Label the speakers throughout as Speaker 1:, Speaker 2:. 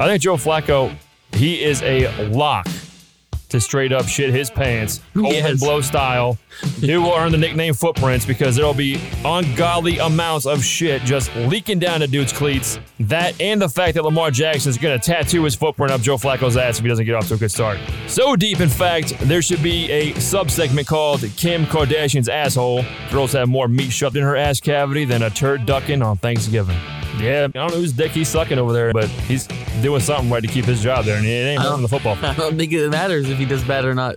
Speaker 1: I think Joe Flacco, he is a lock to straight up shit his pants, open
Speaker 2: Yes.
Speaker 1: blow style. He will earn the nickname Footprints because there'll be ungodly amounts of shit just leaking down the dude's cleats. That and the fact that Lamar Jackson is going to tattoo his footprint up Joe Flacco's ass if he doesn't get off to a good start. So deep, in fact, there should be a subsegment called Kim Kardashian's asshole. Girls have more meat shoved in her ass cavity than a turd ducking on Thanksgiving. Yeah, I don't know whose dick he's sucking over there, but he's doing something right to keep his job there, and it ain't nothing the football.
Speaker 2: I don't think it matters if he does bad or not.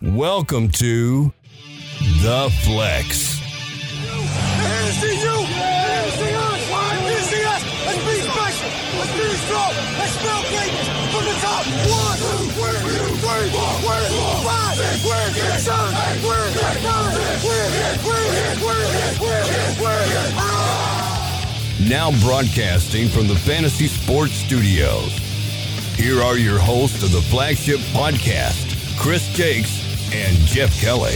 Speaker 3: Welcome to The Flex.
Speaker 4: Let's see you. Let's see us. Let's see us. Let's be special. Let's be strong. Let's spell greatness from the top. One, word, word, word, five, word, seven, word, nine, word, word, word, word, word.
Speaker 3: Now broadcasting from the Fantasy Sports Studios. Here are your hosts of the flagship podcast, Chris Jakes and Jeff Kelly,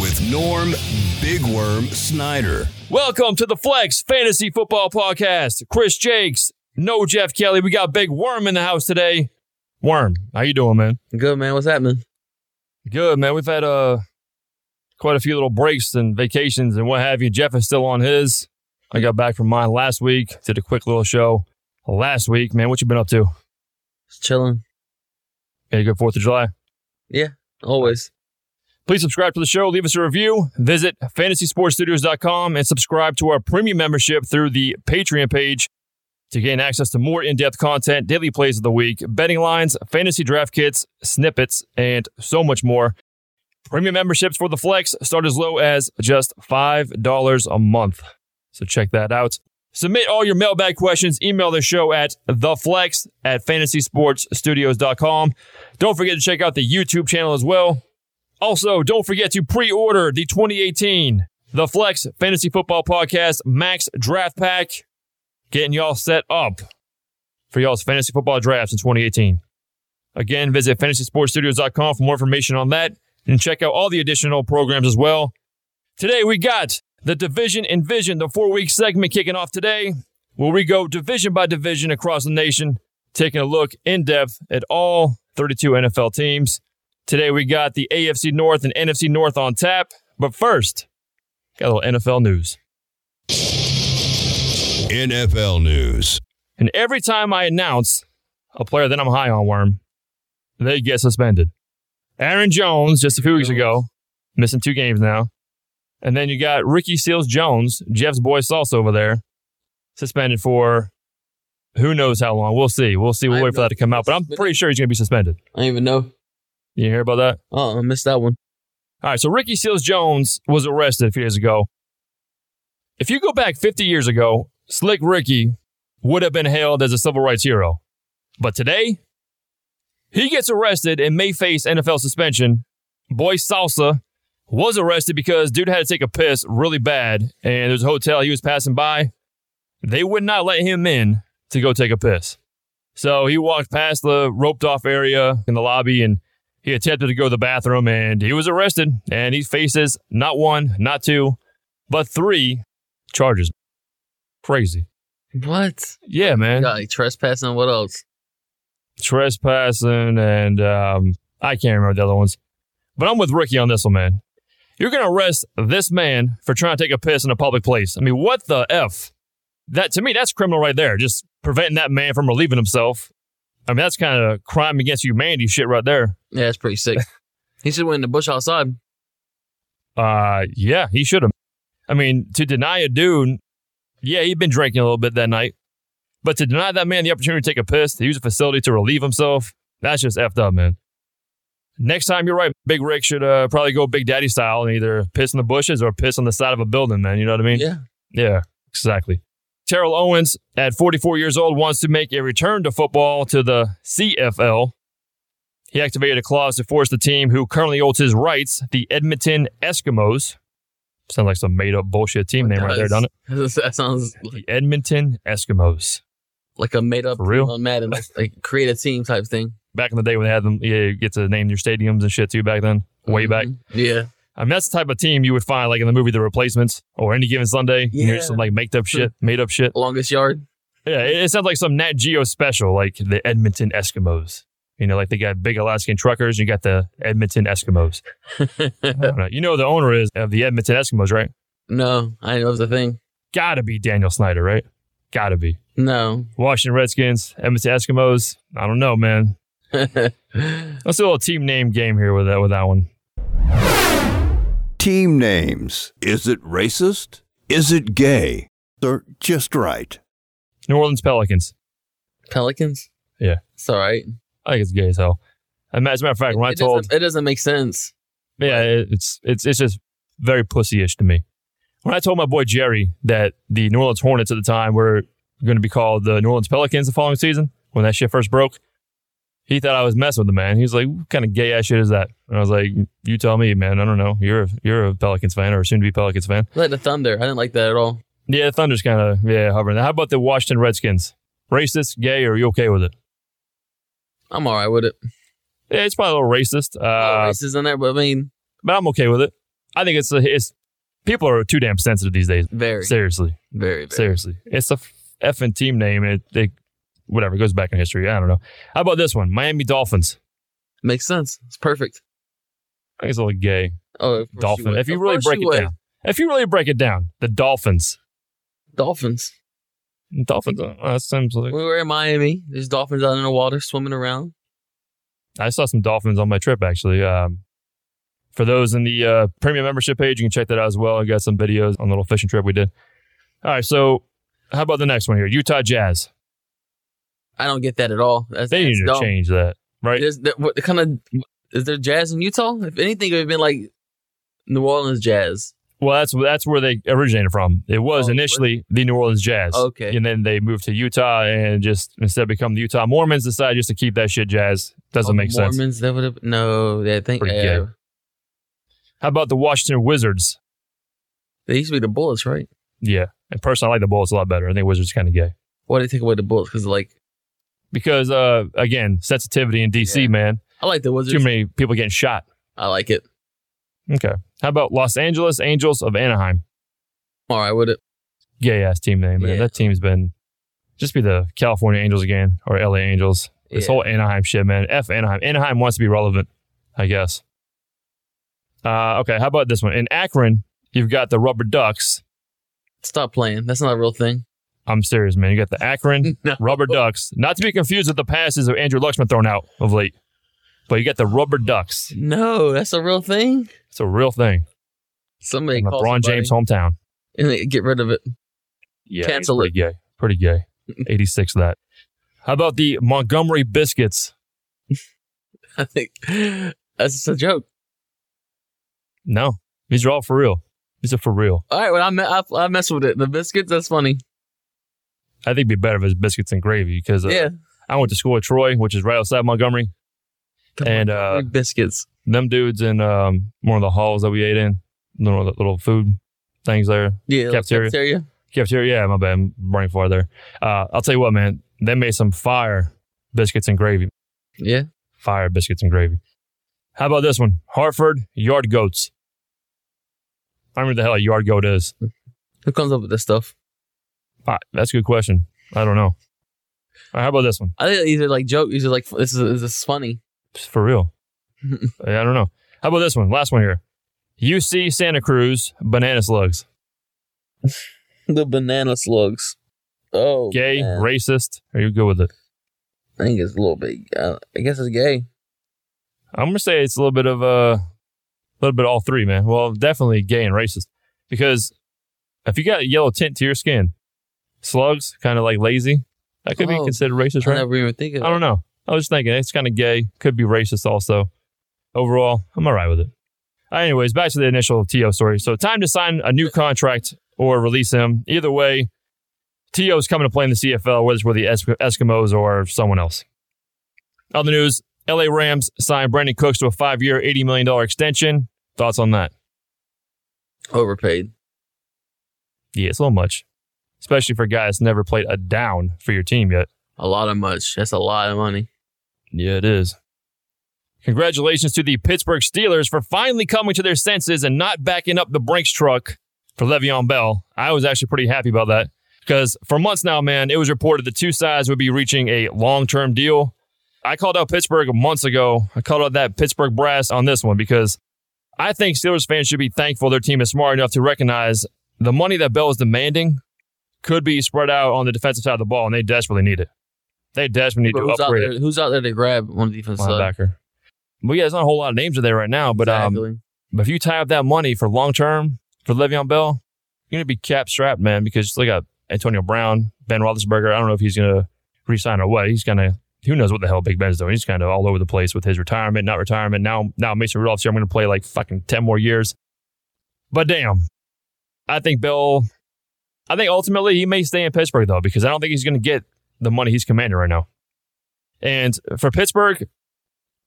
Speaker 3: with Norm Big Worm Snyder.
Speaker 1: Welcome to the Flex Fantasy Football Podcast. Chris Jakes, no Jeff Kelly. We got Big Worm in the house today. Worm, how you doing, man?
Speaker 2: Good man, what's happening?
Speaker 1: Good, man. We've had uh quite a few little breaks and vacations and what have you. Jeff is still on his. I got back from mine last week. Did a quick little show last week, man. What you been up to?
Speaker 2: Just chilling.
Speaker 1: Had a good Fourth of July.
Speaker 2: Always.
Speaker 1: Please subscribe to the show, leave us a review, visit fantasysportstudios.com, and subscribe to our premium membership through the Patreon page to gain access to more in depth content, daily plays of the week, betting lines, fantasy draft kits, snippets, and so much more. Premium memberships for the Flex start as low as just $5 a month. So check that out. Submit all your mailbag questions. Email the show at theflex at fantasysportsstudios.com. Don't forget to check out the YouTube channel as well. Also, don't forget to pre order the 2018 The Flex Fantasy Football Podcast Max Draft Pack, getting y'all set up for y'all's fantasy football drafts in 2018. Again, visit fantasysportstudios.com for more information on that and check out all the additional programs as well. Today, we got the Division and Vision, the four week segment kicking off today, where we go division by division across the nation, taking a look in depth at all 32 NFL teams. Today we got the AFC North and NFC North on tap. But first, got a little NFL news.
Speaker 3: NFL News.
Speaker 1: And every time I announce a player that I'm high on, Worm, they get suspended. Aaron Jones, just a few weeks ago, missing two games now. And then you got Ricky Seals Jones, Jeff's boy Sauce over there, suspended for who knows how long. We'll see. We'll see. We'll
Speaker 2: I
Speaker 1: wait for that to come out. But I'm pretty sure he's going to be suspended.
Speaker 2: I don't even know.
Speaker 1: You hear about that?
Speaker 2: Oh, I missed that one.
Speaker 1: All right, so Ricky Seals Jones was arrested a few years ago. If you go back 50 years ago, Slick Ricky would have been hailed as a civil rights hero. But today, he gets arrested and may face NFL suspension. Boy Salsa was arrested because dude had to take a piss really bad, and there's a hotel he was passing by. They would not let him in to go take a piss. So he walked past the roped off area in the lobby and he attempted to go to the bathroom and he was arrested and he faces not one, not two, but three charges. Crazy.
Speaker 2: What?
Speaker 1: Yeah, man.
Speaker 2: Got like trespassing. and What else?
Speaker 1: Trespassing and um, I can't remember the other ones. But I'm with Ricky on this one, man. You're going to arrest this man for trying to take a piss in a public place. I mean, what the F? That to me, that's criminal right there. Just preventing that man from relieving himself. I mean, that's kind of crime against humanity shit right there.
Speaker 2: Yeah, that's pretty sick. he should went in the bush outside.
Speaker 1: Uh, yeah, he should have. I mean, to deny a dude, yeah, he'd been drinking a little bit that night, but to deny that man the opportunity to take a piss, to use a facility to relieve himself, that's just effed up, man. Next time, you're right. Big Rick should uh, probably go Big Daddy style and either piss in the bushes or piss on the side of a building, man. You know what I mean?
Speaker 2: Yeah.
Speaker 1: Yeah, exactly. Terrell Owens, at 44 years old, wants to make a return to football to the CFL. He activated a clause to force the team who currently holds his rights, the Edmonton Eskimos. Sounds like some made up bullshit team name right there, doesn't it?
Speaker 2: that sounds like,
Speaker 1: The Edmonton Eskimos.
Speaker 2: like a made up
Speaker 1: For real?
Speaker 2: team on Madden, like, like create a team type thing.
Speaker 1: Back in the day when they had them, yeah, you get to name your stadiums and shit too back then, way back.
Speaker 2: Mhm. Yeah.
Speaker 1: I mean, that's the type of team you would find like in the movie The Replacements or any given Sunday. You hear
Speaker 2: Yeah.
Speaker 1: some like made up shit, made up shit.
Speaker 2: Longest yard.
Speaker 1: Yeah, it, it sounds like some Nat Geo special, like the Edmonton Eskimos. You know, like they got big Alaskan truckers, and you got the Edmonton Eskimos. I don't know. You know who the owner is of the Edmonton Eskimos, right?
Speaker 2: no, I didn't know it was a thing.
Speaker 1: Gotta be Daniel Snyder, right? Gotta be.
Speaker 2: No.
Speaker 1: Washington Redskins, Edmonton Eskimos. I don't know, man. Let's do a little team name game here with that with that one.
Speaker 3: Team names. Is it racist? Is it gay? Or just right?
Speaker 1: New Orleans Pelicans.
Speaker 2: Pelicans?
Speaker 1: Yeah.
Speaker 2: It's all right.
Speaker 1: I think it's gay as hell. And As a matter of fact, when I
Speaker 2: it,
Speaker 1: told,
Speaker 2: doesn't, it doesn't make sense.
Speaker 1: yeah, it- it's it's it's just very pussyish to me. When I told my boy Jerry that the New Orleans Hornets at the time were going to be called the New Orleans Pelicans the following season when that shit first broke, he thought I was messing with the man. He was like, "What kind of gay ass shit is that?" And I was like, "You tell me, man. I don't know. You're a, you're a Pelicans fan or soon to be Pelicans fan."
Speaker 2: Like the Thunder. I didn't like that at all.
Speaker 1: Yeah, the Thunder's kind of yeah hovering. How about the Washington Redskins? Racist, gay, or are you okay with it?
Speaker 2: I'm all right with it.
Speaker 1: Yeah, it's probably a little racist,
Speaker 2: Uh,
Speaker 1: uh,
Speaker 2: races in there, but I mean,
Speaker 1: but I'm okay with it. I think it's a, it's people are too damn sensitive these days.
Speaker 2: very,
Speaker 1: Seriously,
Speaker 2: very, very.
Speaker 1: seriously, it's a f- effing team name. It, it whatever it goes back in history. I don't know. How about this one? Miami Dolphins.
Speaker 2: Makes sense. It's perfect.
Speaker 1: I think it's a little gay.
Speaker 2: Oh, of course
Speaker 1: Dolphin.
Speaker 2: would.
Speaker 1: If you
Speaker 2: Of
Speaker 1: really
Speaker 2: course
Speaker 1: break it
Speaker 2: would.
Speaker 1: down, if you really break it down, the Dolphins.
Speaker 2: Dolphins.
Speaker 1: Dolphins. uh, That seems like
Speaker 2: We were in Miami. There's dolphins out in the water swimming around.
Speaker 1: I saw some dolphins on my trip actually. Um, for those in the uh, premium membership page, you can check that out as well. I got some videos on the little fishing trip we did. All right, so how about the next one here? Utah Jazz.
Speaker 2: I don't get that at all. That's,
Speaker 1: They need
Speaker 2: that's
Speaker 1: to
Speaker 2: dumb.
Speaker 1: change that, right?
Speaker 2: There's, there, what kind of is there jazz in Utah? If anything, it would have been like New Orleans jazz.
Speaker 1: Well, that's that's where they originated from. It was
Speaker 2: Oh,
Speaker 1: initially the New Orleans Jazz.
Speaker 2: Okay.
Speaker 1: and then they moved to Utah and just instead of become the Utah Mormons, decided just to keep that shit jazz. Doesn't
Speaker 2: Oh,
Speaker 1: make
Speaker 2: Mormons,
Speaker 1: sense.
Speaker 2: That would have no. That thing.
Speaker 1: Pretty
Speaker 2: yeah.
Speaker 1: gay. How about the Washington Wizards?
Speaker 2: They used to be the Bullets, right?
Speaker 1: Yeah, and personally, I like the Bullets a lot better. I think Wizards kind of gay.
Speaker 2: Why did they take away the Bullets? Because like
Speaker 1: because uh again sensitivity in dc
Speaker 2: Yeah.
Speaker 1: man
Speaker 2: I like the
Speaker 1: too
Speaker 2: Wizards.
Speaker 1: many people getting shot
Speaker 2: I like it.
Speaker 1: okay how about los angeles angels of anaheim
Speaker 2: I'm all right with it.
Speaker 1: gay ass team name man
Speaker 2: Yeah.
Speaker 1: that team's been just be the california angels again or la angels this
Speaker 2: Yeah.
Speaker 1: whole anaheim shit man f anaheim anaheim wants to be relevant i guess uh okay how about this one in akron you've got the rubber ducks
Speaker 2: Stop playing. That's not a real thing.
Speaker 1: i'm serious man you got the akron
Speaker 2: No.
Speaker 1: rubber ducks not to be confused with the passes of andrew luxman thrown out of late but you got the rubber ducks
Speaker 2: No, that's a real thing.
Speaker 1: it's a real thing
Speaker 2: Somebody
Speaker 1: in
Speaker 2: call
Speaker 1: LeBron
Speaker 2: somebody
Speaker 1: James hometown.
Speaker 2: and they get rid of it.
Speaker 1: Yeah,
Speaker 2: Cancel
Speaker 1: pretty Gay, pretty gay. Eighty six. That. How about the Montgomery Biscuits?
Speaker 2: I think that's just a joke.
Speaker 1: No, these are all for real. These are for real.
Speaker 2: All right, well I me- I, I mess with it. The biscuits. That's funny.
Speaker 1: I think it'd be better if it's biscuits and gravy because uh,
Speaker 2: yeah.
Speaker 1: I went to school at Troy, which is right outside Montgomery,
Speaker 2: The
Speaker 1: and uh,
Speaker 2: Montgomery biscuits.
Speaker 1: them dudes in um, one of the halls that we ate in, little little food things there,
Speaker 2: Yeah. like
Speaker 1: cafeteria.
Speaker 2: cafeteria.
Speaker 1: cafeteria. Yeah, my bad, I'm brain fart there. Uh, I'll tell you what, man, they made some fire biscuits and gravy.
Speaker 2: Yeah.
Speaker 1: Fire biscuits and gravy. How about this one? Hartford yard goats. I remember the hell a yard goat is.
Speaker 2: Who comes up with this stuff?
Speaker 1: Ah, that's a good question. I don't know. All right, how about this one?
Speaker 2: I think these are like joke. These are like this is this is funny.
Speaker 1: It's for real. Yeah, I don't know. How about this one? Last one here. UC Santa Cruz banana slugs.
Speaker 2: The banana slugs. Oh,
Speaker 1: Gay,
Speaker 2: man.
Speaker 1: racist. Are you good with it?
Speaker 2: I think it's a little bit. Uh, I guess it's gay.
Speaker 1: I'm gonna say it's a little bit of uh, a little bit of all three, man. Well, definitely gay and racist because if you got a yellow tint to your skin, slugs kind of like lazy. That could be
Speaker 2: Oh,
Speaker 1: considered racist,
Speaker 2: I
Speaker 1: right?
Speaker 2: never even think of.
Speaker 1: I don't know. I was just thinking it's kind of gay. Could be racist also. Overall, I'm all right with it. Anyways, back to the initial T.O. story. So, time to sign a new contract or release him. Either way, T.O. is coming to play in the CFL, whether it's with the Es- Eskimos or someone else. Other news LA Rams signed Brandon Cooks to a five year, $80 million extension. Thoughts on that?
Speaker 2: it. Overpaid.
Speaker 1: Yeah, it's a little much, especially for a guy that's never played a down for your team yet.
Speaker 2: A lot of much. That's a lot of money.
Speaker 1: Yeah, it is. Congratulations to the Pittsburgh Steelers for finally coming to their senses and not backing up the Brinks truck for Le'Veon Bell. I was actually pretty happy about that. Because for months now, man, it was reported the two sides would be reaching a long term deal. I called out Pittsburgh months ago. I called out that Pittsburgh brass on this one because I think Steelers fans should be thankful their team is smart enough to recognize the money that Bell is demanding could be spread out on the defensive side of the ball, and they desperately need it. They desperately need
Speaker 2: But
Speaker 1: to
Speaker 2: who's, out
Speaker 1: upgrade it.
Speaker 2: there, who's out there to grab on the defense side?
Speaker 1: Linebacker. But yeah, there's not a whole lot of names are there right now. But um,
Speaker 2: Exactly.
Speaker 1: But if you tie up that money for long term for Le'Veon Bell, you're gonna be cap strapped, man. Because look at Antonio Brown, Ben Roethlisberger. I don't know if he's gonna resign or what. He's gonna. Who knows what the hell Big Ben's doing? He's kind of all over the place with his retirement, not retirement. Now, now Mason Rudolph's here. I'm gonna play like fucking ten more years. But damn, I think Bell. I think ultimately he may stay in Pittsburgh though, because I don't think he's gonna get the money he's commanding right now. And for Pittsburgh,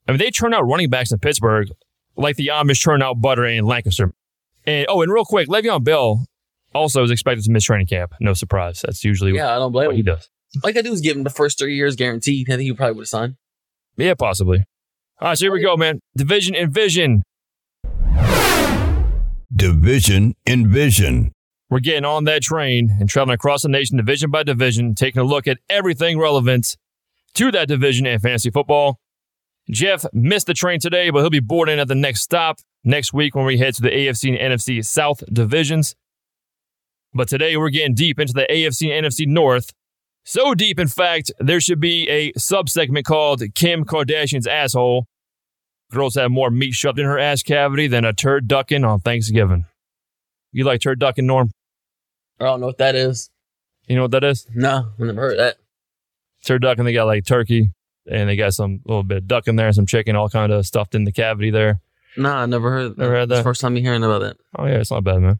Speaker 1: I mean, they turn out running backs in Pittsburgh like the Amish turn out butter in Lancaster. And oh, and real quick, Le'Veon Bell also is expected to miss training camp. No surprise. That's usually
Speaker 2: Yeah, I don't blame
Speaker 1: what he
Speaker 2: him.
Speaker 1: does.
Speaker 2: Like I do is give him the first three years guaranteed. I think he probably would have signed.
Speaker 1: Yeah, possibly. All right, so here we go, man. Division and vision.
Speaker 3: Division in Vision.
Speaker 1: We're getting on that train and traveling across the nation, division by division, taking a look at everything relevant to that division and fantasy football. Jeff missed the train today, but he'll be boarding at the next stop next week when we head to the AFC and NFC South divisions. But today we're getting deep into the AFC and NFC North. So deep, in fact, there should be a subsegment called Kim Kardashian's Asshole. Girls have more meat shoved in her ass cavity than a turd ducking on Thanksgiving. You like turd ducking, Norm?
Speaker 2: I don't know what that is.
Speaker 1: You know what that is?
Speaker 2: No, I never heard that.
Speaker 1: Turd duck, and they got like turkey, and they got some little bit of duck in there, some chicken, all kind of stuffed in the cavity there.
Speaker 2: Nah, I never heard.
Speaker 1: Never heard
Speaker 2: It's
Speaker 1: that.
Speaker 2: the first time you're hearing about that.
Speaker 1: Oh yeah, it's not bad, man.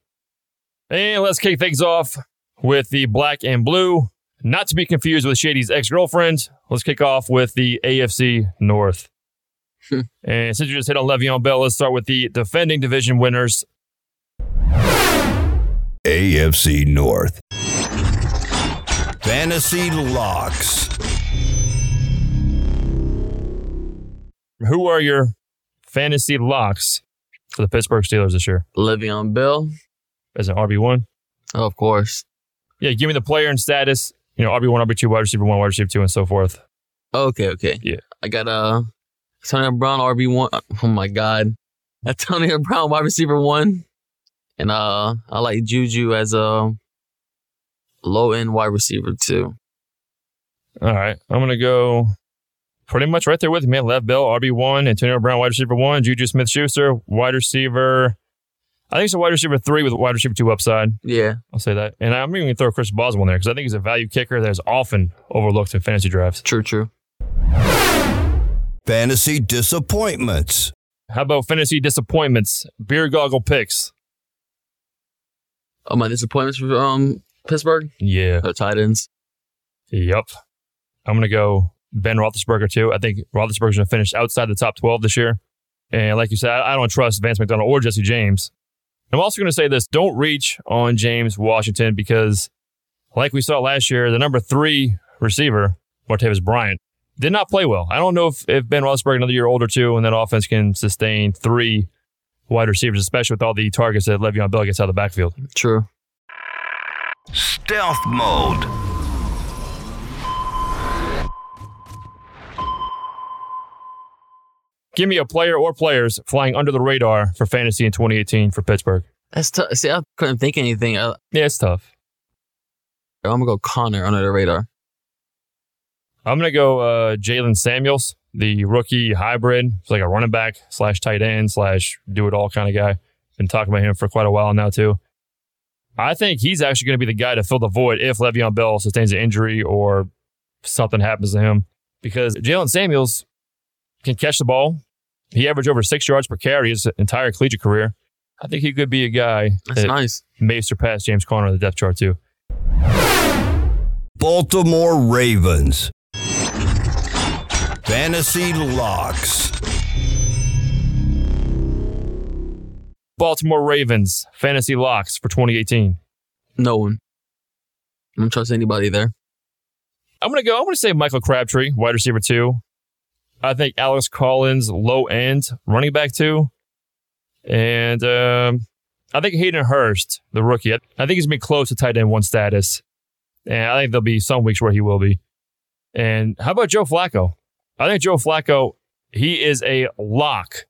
Speaker 1: And let's kick things off with the black and blue, not to be confused with Shady's ex-girlfriend. Let's kick off with the AFC North.
Speaker 2: Hmm.
Speaker 1: and since you just hit on Le'Veon Bell, let's start with the defending division winners.
Speaker 3: AFC North. Fantasy Locks.
Speaker 1: Who are your fantasy locks for the Pittsburgh Steelers this year?
Speaker 2: Le'Veon Bell, Oh,
Speaker 1: As an RB one.
Speaker 2: of course.
Speaker 1: Yeah, give me the player and status. You know, RB one, RB two, wide receiver one, wide receiver two, and so forth.
Speaker 2: Okay, okay.
Speaker 1: Yeah.
Speaker 2: I got uh Antonio Brown RB one. Oh my god. Antonio Brown wide receiver one. And uh I like Juju as a low end wide receiver too.
Speaker 1: All right, I'm gonna go pretty much right there with you, man. Lev Bell, RB one, Antonio Brown, wide receiver one, Juju Smith Schuster, wide receiver. I think it's a wide receiver three with wide receiver two upside.
Speaker 2: Yeah.
Speaker 1: I'll say that, and I'm even gonna throw Chris Boswell in there because I think he's a value kicker that is often overlooked in fantasy drafts.
Speaker 2: True, true.
Speaker 3: Fantasy Disappointments.
Speaker 1: How about fantasy disappointments? Beer goggle picks.
Speaker 2: Oh my disappointments for um Pittsburgh?
Speaker 1: Yeah.
Speaker 2: The tight ends.
Speaker 1: Yep. I'm gonna go Ben Roethlisberger too. I think Roethlisberger's gonna finish outside the top 12 this year. And like you said, I I don't trust Vance McDonald or Jesse James. I'm also gonna say this: don't reach on James Washington because, like we saw last year, the number three receiver Martavis Bryant did not play well. I don't know if, if Ben Roethlisberger another year old or two, and that offense can sustain three wide receivers, especially with all the targets that Le'Veon Bell gets out of the backfield.
Speaker 2: True.
Speaker 3: Stealth Mode.
Speaker 1: Give me a player or players flying under the radar for fantasy in 2018 for Pittsburgh.
Speaker 2: That's tough. See, I couldn't think of anything. uh, I, I'm
Speaker 1: Yeah, it's tough.
Speaker 2: gonna go Connor under the radar.
Speaker 1: I'm gonna go uh, Jalen Samuels, the rookie hybrid. It's like a running back slash tight end slash do it all kind of guy. Been talking about him for quite a while now too. I think he's actually gonna be the guy to fill the void if Le'Veon Bell sustains an injury or something happens to him because Jalen Samuels can catch the ball. He averaged over six yards per carry his entire collegiate career. I think he could be a guy
Speaker 2: That's
Speaker 1: that
Speaker 2: nice.
Speaker 1: may surpass James Conner on the depth chart too.
Speaker 3: Baltimore Ravens. Fantasy Locks.
Speaker 1: Baltimore Ravens fantasy locks for 2018.
Speaker 2: No one. I don't trust anybody there.
Speaker 1: I'm gonna go. I'm gonna say Michael Crabtree, wide receiver two. I think Alex Collins, low end running back two, and um, I think Hayden Hurst, the rookie. I I think he's been close to tight end one status. And I think there'll be some weeks where he will be. And how about Joe Flacco? I think Joe Flacco, he is a lock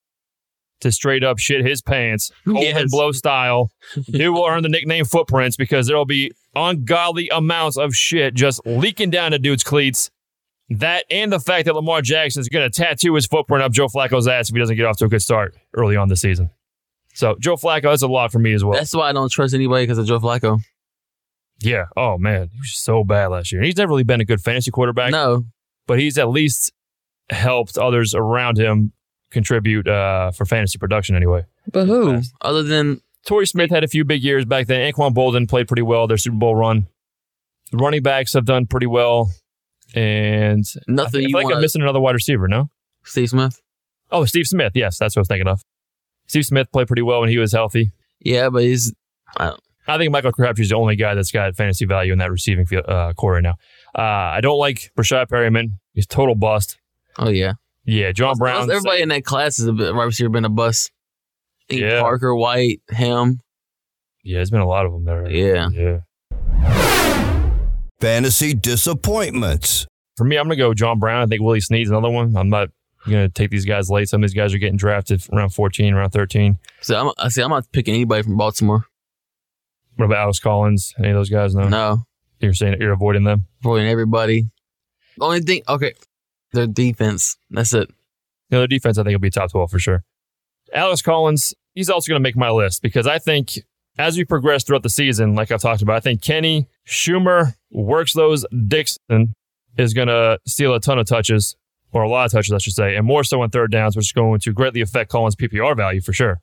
Speaker 1: to straight up shit his pants, cold and
Speaker 2: Yes.
Speaker 1: blow style. Dude will earn the nickname footprints because there'll be ungodly amounts of shit just leaking down to dude's cleats. That and the fact that Lamar Jackson is going to tattoo his footprint up Joe Flacco's ass if he doesn't get off to a good start early on this season. So Joe Flacco, that's a lot for me as well.
Speaker 2: That's why I don't trust anybody because of Joe Flacco.
Speaker 1: yeah. Oh man, he was so bad last year. And he's never really been a good fantasy quarterback,
Speaker 2: No,
Speaker 1: but he's at least helped others around him contribute uh, for fantasy production anyway.
Speaker 2: but who? Other than
Speaker 1: Torrey Smith had a few big years back then. Anquan Bolden played pretty well their Super Bowl run. The running backs have done pretty well, and I,
Speaker 2: nothing,
Speaker 1: think, I
Speaker 2: you
Speaker 1: feel like
Speaker 2: want
Speaker 1: I'm missing another wide receiver. No.
Speaker 2: Steve Smith.
Speaker 1: Oh, Steve Smith. Yes, that's what I was thinking of. Steve Smith played pretty well when he was healthy.
Speaker 2: Yeah, but he's
Speaker 1: I think Michael Crabtree's the only guy that's got fantasy value in that receiving field, uh, core right now. Uh, I don't like Rashad Perryman. He's total bust.
Speaker 2: oh yeah.
Speaker 1: Yeah, John Brown.
Speaker 2: Everybody in that class is a bit, right receiver been a bust. I think
Speaker 1: Yeah.
Speaker 2: Parker, White, him.
Speaker 1: Yeah, there's been a lot of them there.
Speaker 2: Yeah.
Speaker 1: yeah.
Speaker 3: Fantasy disappointments.
Speaker 1: For me, I'm gonna go John Brown. I think Willie Snead's another one. I'm not gonna take these guys late. Some of these guys are getting drafted around 14, around 13.
Speaker 2: So I'm, I see. I'm not picking anybody from Baltimore.
Speaker 1: What about Alex Collins? Any of those guys? No.
Speaker 2: No,
Speaker 1: You're saying that you're avoiding them.
Speaker 2: avoiding everybody. The only thing, okay, their defense. That's it.
Speaker 1: You know, their defense, I think, will be top 12 for sure. Alex Collins, he's also going to make my list because I think as we progress throughout the season, like I've talked about, I think Kenny Schumer works those Dixon is going to steal a ton of touches or a lot of touches, I should say, and more so on third downs, which is going to greatly affect Collins' PPR value for sure.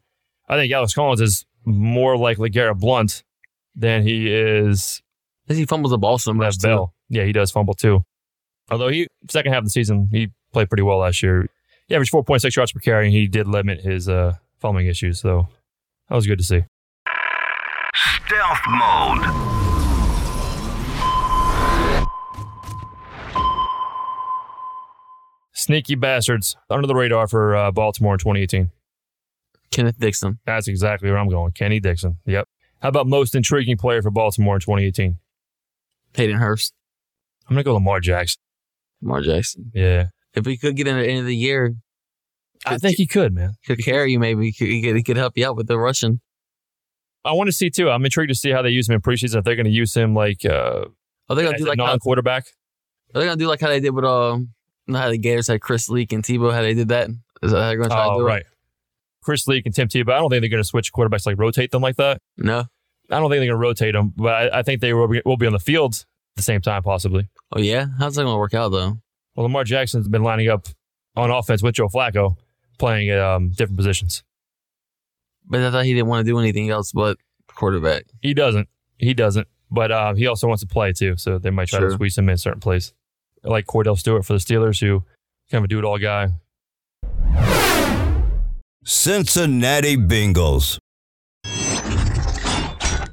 Speaker 1: I think Alex Collins is more likely Garrett Blunt than he is
Speaker 2: Unless he fumbles the ball so much.
Speaker 1: that
Speaker 2: too.
Speaker 1: Bell. Yeah, he does fumble too. Although he second half of the season he played pretty well last year. He averaged four point six yards per carry, and he did limit his uh, fumbling issues. So that was good to see.
Speaker 5: Stealth mode.
Speaker 1: Sneaky bastards under the radar for uh, Baltimore in 2018.
Speaker 2: Kenneth Dixon.
Speaker 1: That's exactly where I'm going. Kenny Dixon. Yep. How about most intriguing player for Baltimore in 2018?
Speaker 2: Hayden Hurst.
Speaker 1: I'm gonna go Lamar Jackson.
Speaker 2: Lamar Jackson.
Speaker 1: Yeah,
Speaker 2: If he could get in at the end of the year,
Speaker 1: I think he could, man.
Speaker 2: he could carry you maybe. He could, he could, he could help you out with the rushing.
Speaker 1: I want to see too. I'm intrigued to see how they use him in preseason. If they're going to use him like uh,
Speaker 2: Are they Oh, gonna
Speaker 1: as
Speaker 2: do
Speaker 1: a
Speaker 2: like how,
Speaker 1: non-quarterback,
Speaker 2: are they gonna do like how they did with um you know how the Gators had Chris Leak and Tebow how they did that? Is that how they're gonna try to
Speaker 1: Oh,
Speaker 2: do
Speaker 1: right. Chris Leak and Tim Tebow. I don't think they're going to switch quarterbacks like rotate them like that.
Speaker 2: it? No.
Speaker 1: I don't think they're going to rotate them, but I, I think they will be, will be on the field at the same time possibly.
Speaker 2: Oh yeah. How's that gonna work out though?
Speaker 1: Well, Lamar Jackson's been lining up on offense with Joe Flacco, playing at um, different positions.
Speaker 2: But I thought he didn't want to do anything else but quarterback.
Speaker 1: He doesn't. He doesn't. But um, he also wants to play too, so they might try to
Speaker 2: Sure.
Speaker 1: squeeze him in a certain place, like Cordell Stewart for the Steelers, who kind of a do-it-all guy.
Speaker 3: Cincinnati Bengals.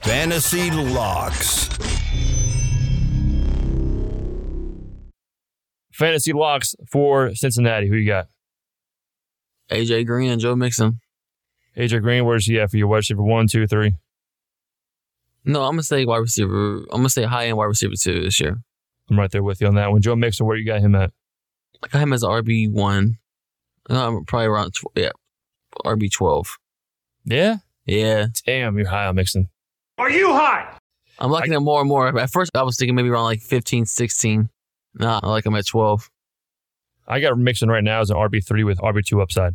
Speaker 3: Fantasy locks.
Speaker 1: Fantasy locks for Cincinnati. Who you got?
Speaker 2: AJ Green and Joe Mixon.
Speaker 1: AJ Green. Where's he at for your wide receiver? One, two, three.
Speaker 2: No, I'm gonna say wide receiver. I'm gonna say high end wide receiver two this year.
Speaker 1: I'm right there with you on that one. Joe Mixon, where you got him at?
Speaker 2: I got him as RB one. No, I'm probably around tw- yeah, RB twelve.
Speaker 1: Yeah.
Speaker 2: Yeah,
Speaker 1: Damn, you're high on Mixon.
Speaker 5: Are you hot?
Speaker 2: I'm liking him more and more. At first, I was thinking maybe around like 15, 16. Nah, I like him at 12.
Speaker 1: I got Mixon right now as an RB3 with RB2 upside.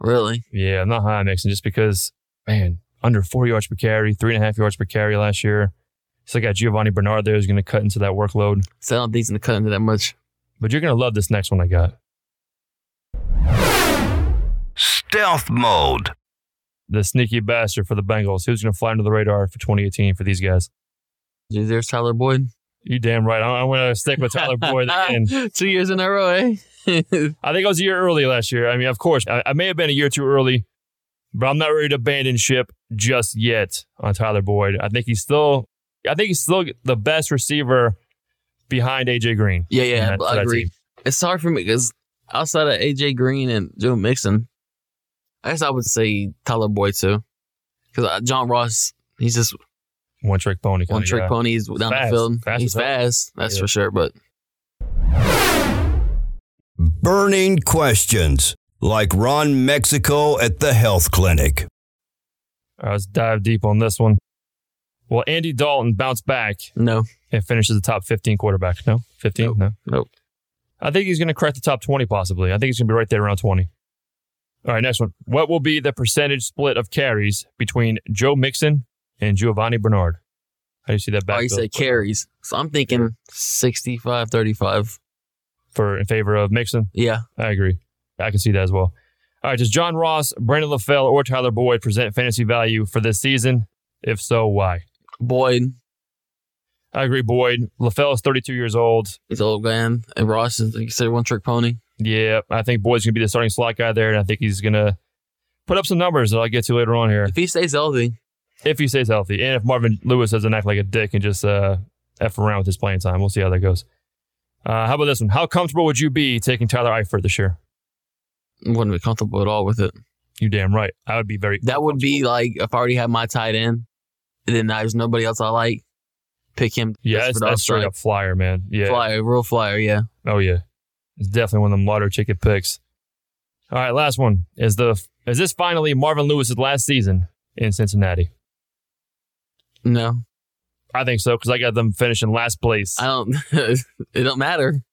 Speaker 2: Really?
Speaker 1: Yeah, I'm not high on Mixon just because, man, under four yards per carry, three and a half yards per carry last year. Still got Giovanni Bernard there who's going to cut into that workload.
Speaker 2: So I don't think he's going to cut into that much.
Speaker 1: But you're going to love this next one I got.
Speaker 5: Stealth mode.
Speaker 1: The sneaky bastard for the Bengals. Who's going to fly under the radar for 2018 for these guys?
Speaker 2: Dude, There's Tyler Boyd.
Speaker 1: You damn right. I- I'm going to stick with Tyler Boyd again.
Speaker 2: Two years in a row, eh?
Speaker 1: I think I was a year early last year. I mean, of course, I, I may have been a year too early, but I'm not ready to abandon ship just yet on Tyler Boyd. I think he's still, I think he's still the best receiver behind AJ Green.
Speaker 2: yeah,
Speaker 1: in
Speaker 2: yeah,
Speaker 1: that-
Speaker 2: but
Speaker 1: for
Speaker 2: I
Speaker 1: that
Speaker 2: agree.
Speaker 1: team.
Speaker 2: It's hard for me because outside of AJ Green and Joe Mixon, I guess I would say Tyler Boyd too. Because John Ross, uh, he's just
Speaker 1: One trick pony. kinda
Speaker 2: One trick
Speaker 1: guy.
Speaker 2: pony is down
Speaker 1: Oh, fast.
Speaker 2: the field.
Speaker 1: Fast
Speaker 2: He's
Speaker 1: as hell.
Speaker 2: fast, that's
Speaker 1: Yeah.
Speaker 2: for sure. But
Speaker 3: Burning questions, like Ron Mexico at the health clinic.
Speaker 1: All right, let's dive deep on this one. Will Andy Dalton bounce back
Speaker 2: no,
Speaker 1: and finishes the top 15 quarterback? No, 15?
Speaker 2: Nope.
Speaker 1: No.
Speaker 2: Nope.
Speaker 1: I think he's going to crack the top 20 possibly. I think he's going to be right there around 20. All right, next one. What will be the percentage split of carries between Joe Mixon and Giovanni Bernard? How do you see that back
Speaker 2: oh, he said carries. So I'm thinking 65, 35.
Speaker 1: for in favor of Mixon?
Speaker 2: Yeah,
Speaker 1: I agree. I can see that as well. All right, does John Ross, Brandon LaFell, or Tyler Boyd present fantasy value for this season? If so, why?
Speaker 2: Boyd,
Speaker 1: I agree, Boyd. LaFell is 32 years old.
Speaker 2: he's old man, and Ross is like you said one trick pony.
Speaker 1: Yeah, I think Boyd's gonna be the starting slot guy there, and I think he's gonna put up some numbers that I'll get to later on here
Speaker 2: If he stays healthy,
Speaker 1: if he stays healthy, and if Marvin Lewis doesn't act like a dick and just uh, f around with his playing time. We'll see how that goes. Uh, how about this one? How comfortable would you be taking Tyler Eifert this year?
Speaker 2: wouldn't be comfortable at all with it.
Speaker 1: You damn right. I would be very.
Speaker 2: That would be like if I already have my tight end, and then there's nobody else I like, pick him.
Speaker 1: Yeah,
Speaker 2: just
Speaker 1: that's,
Speaker 2: for the
Speaker 1: that's straight
Speaker 2: upside.
Speaker 1: up flyer, man. Yeah.
Speaker 2: flyer, real flyer. Yeah,
Speaker 1: Oh yeah, it's definitely one of them lottery ticket picks. All right, last one is the is this finally Marvin Lewis's last season in Cincinnati?
Speaker 2: no,
Speaker 1: I think so because I got them finishing last place.
Speaker 2: I don't. it don't matter.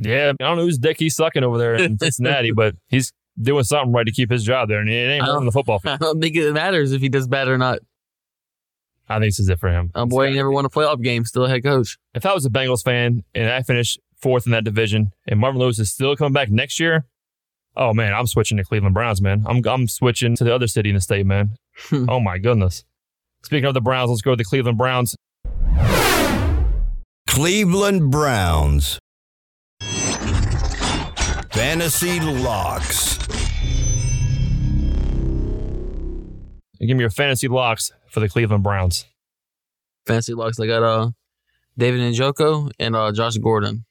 Speaker 1: Yeah, I don't know whose dick he's sucking over there in Cincinnati, but he's doing something right to keep his job there, and it ain't
Speaker 2: I don't-
Speaker 1: more than the football. Field.
Speaker 2: I don't think it matters if he does bad or not.
Speaker 1: I think this is it for him.
Speaker 2: Um, boy, he never won a playoff game. Still head coach.
Speaker 1: If I was a Bengals fan and I finished fourth in that division, and Marvin Lewis is still coming back next year, oh man, I'm switching to Cleveland Browns, man. I'm I'm switching to the other city in the state, man. oh my goodness. Speaking of the Browns, let's go to the Cleveland Browns.
Speaker 3: Cleveland Browns. Fantasy locks.
Speaker 1: Give me your fantasy locks for the Cleveland Browns.
Speaker 2: Fantasy locks. I got uh, David and Joko and uh, Josh Gordon.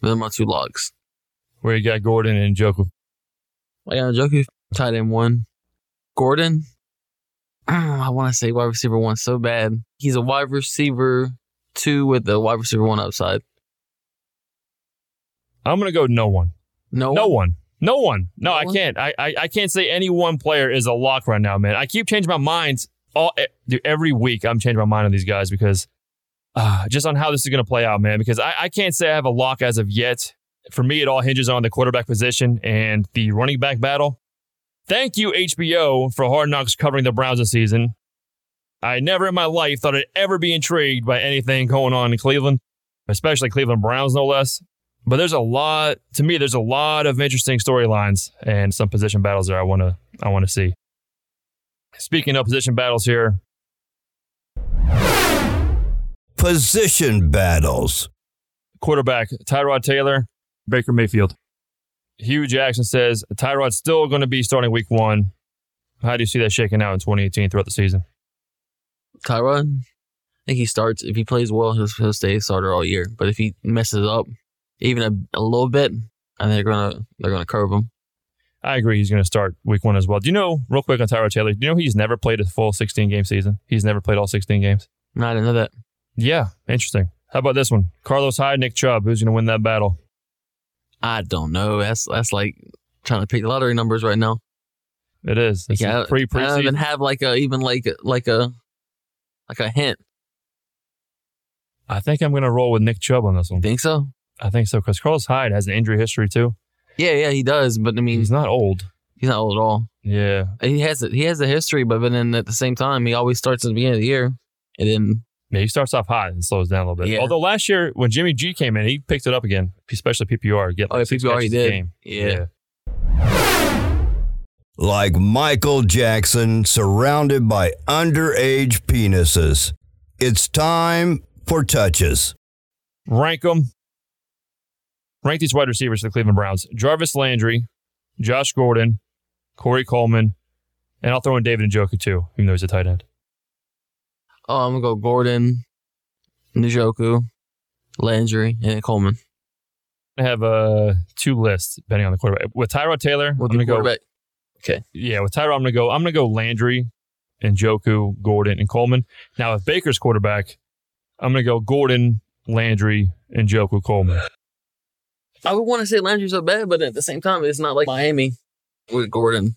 Speaker 2: Those are my two locks.
Speaker 1: Where you got Gordon and Joku.
Speaker 2: I got Njoku tight end one. Gordon, Mm, I want to say wide receiver one so bad. He's a wide receiver two with the wide receiver one upside.
Speaker 1: I'm gonna go no one.
Speaker 2: No,
Speaker 1: No one. No one. No,
Speaker 2: No
Speaker 1: I
Speaker 2: one?
Speaker 1: can't. I, I I can't say any one player is a lock right now, man. I keep changing my mind all eh, dude, every week. I'm changing my mind on these guys because uh, just on how this is going to play out, man. Because I, I can't say I have a lock as of yet. For me, it all hinges on the quarterback position and the running back battle. Thank you, HBO, for Hard Knocks covering the Browns this season. I never in my life thought I'd ever be intrigued by anything going on in Cleveland, especially Cleveland Browns, no less. But there's a lot to me. There's a lot of interesting storylines and some position battles there. I want to I want to see. Speaking of position battles here,
Speaker 3: Position battles.
Speaker 1: quarterback Tyrod Taylor, Baker Mayfield. Hugh Jackson says Tyrod's still going to be starting Week One. How do you see that shaking out in 2018 throughout the season?
Speaker 2: Tyrod. I think he starts if he plays well. He'll, he'll stay a starter all year. But if he messes up, even a, a little bit, I think they're gonna they're gonna curve him.
Speaker 1: I agree. He's going to start Week One as well. Do you know real quick on Tyrod Taylor? Do you know he's never played a full 16 game season? He's never played all 16 games.
Speaker 2: No, I didn't know that.
Speaker 1: Yeah, interesting. How about this one? Carlos Hyde, Nick Chubb. Who's going to win that battle?
Speaker 2: I don't know. That's that's like trying to pick lottery numbers right now.
Speaker 1: It is. This
Speaker 2: Yeah,
Speaker 1: is pre
Speaker 2: I don't
Speaker 1: preseason.
Speaker 2: even have like a even like a- like a like a hint.
Speaker 1: I think I'm going to roll with Nick Chubb on this one.
Speaker 2: Think so?
Speaker 1: I think so because Carlos Hyde has an injury history too.
Speaker 2: Yeah, yeah, he does. But I mean,
Speaker 1: He's not old.
Speaker 2: He's not old at all.
Speaker 1: Yeah,
Speaker 2: He has a, he has a history, but then at the same time, he always starts at the beginning of the year, and then
Speaker 1: yeah. He starts off hot and slows down a little bit.
Speaker 2: Yeah.
Speaker 1: Although last year when Jimmy G came in, he picked it up again, especially PPR. Get
Speaker 2: Oh, yeah, PPR he did. yeah,
Speaker 3: Like Michael Jackson surrounded by underage penises. It's time for touches.
Speaker 1: Rank them. Rank these wide receivers for the Cleveland Browns: Jarvis Landry, Josh Gordon, Corey Coleman, and I'll throw in David Njoku too, even though he's a tight end.
Speaker 2: oh, I'm gonna go Gordon, Njoku, Landry, and Coleman.
Speaker 1: I have uh, two lists depending on the quarterback. With Tyrod Taylor,
Speaker 2: With
Speaker 1: I'm gonna
Speaker 2: the
Speaker 1: go
Speaker 2: quarterback,
Speaker 1: Yeah, with Tyrod, I'm gonna go. I'm gonna go Landry and Joku, Gordon, and Coleman. Now, if Baker's quarterback, I'm going to go Gordon, Landry, and Joku Coleman.
Speaker 2: I would want to say Landry so bad, but at the same time, it's not like Miami with Gordon.